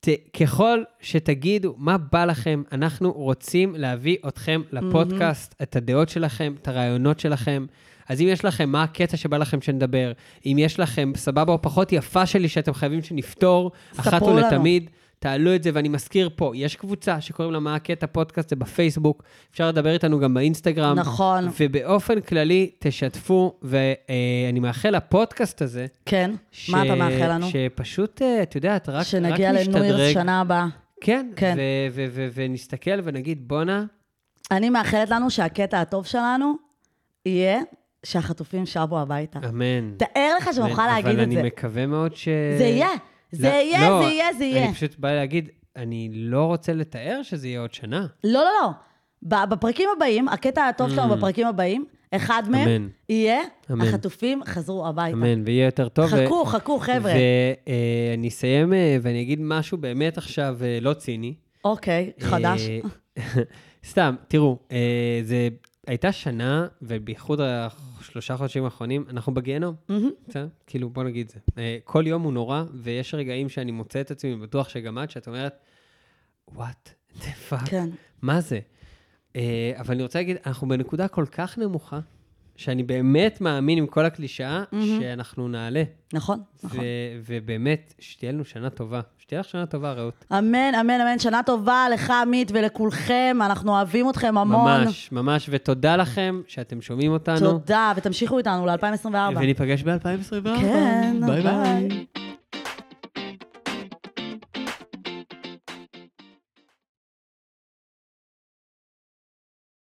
ת, ככל שתגידו מה בא לכם, אנחנו רוצים להביא אתכם לפודקאסט, mm-hmm. את הדעות שלכם, את הרעיונות שלכם. אז אם יש לכם, מה הקטע שבא לכם שנדבר? אם יש לכם סבבה או פחות יפה שלי שאתם חייבים שנפתור, אחת ספרו לנו. ולתמיד. תעלו את זה, ואני מזכיר פה, יש קבוצה שקוראים לה מה הקטע פודקאסט, זה בפייסבוק, אפשר לדבר איתנו גם באינסטגרם. נכון. ובאופן כללי, תשתפו, ואני מאחל לפודקאסט הזה, כן, ש- מה אתה מאחל לנו? שפשוט, אה, את יודעת, רק רק שנגיע לנויר נשתדרג. שנה הבאה. כן, כן. ו- ו- ו- ונסתכל ונגיד, בואנה, אני מאחלת לנו שהקטע הטוב שלנו יהיה שהחטופים שבו הביתה. אמן. תאר לך שנוכל אמן. להגיד את אה, אבל זה. אני מקווה מאוד ש... זה יהיה, זה לא- יהיה, לא, זה יהיה, זה יהיה. אני פשוט בא להגיד, אני לא רוצה לתאר שזה יהיה עוד שנה. לא, לא, לא. ב- בפרקים הבאים, הקטע הטוב שלנו בפרקים הבאים, אחד Mm. אמן. מהם יהיה, אמן. החטופים חזרו הביתה. אמן, ויהיה יותר טוב. אה, ו- חכו, חכו, חבר'ה. ואני אסיים אה, ואני אגיד משהו באמת עכשיו אה, לא ציני. אוקיי, חדש. אה, סתם, תראו, אה, זה הייתה שנה, ובייחוד השלושה חודשים האחרונים, אנחנו בגיהנום. בסדר? כאילו, בוא נגיד את זה. אה, כל יום הוא נורא, ויש רגעים שאני מוצא את עצמי, בטוח שגם את, שאת אומרת, what the fuck, כן. מה זה? אה, אבל אני רוצה להגיד, אנחנו בנקודה כל כך נמוכה, שאני באמת מאמין עם כל הקלישאה, שאנחנו נעלה. נכון, נכון. ו- ובאמת, שתהיה לנו שנה טובה. שתהיה לך שנה טובה, רעות. אמן, אמן, אמן. שנה טובה לך, עמית, ולכולכם. אנחנו אוהבים אתכם המון. ממש, ממש, ותודה לכם שאתם שומעים אותנו. תודה, ותמשיכו איתנו ל-2024. וניפגש ב-2024. כן, ביי ביי. ביי.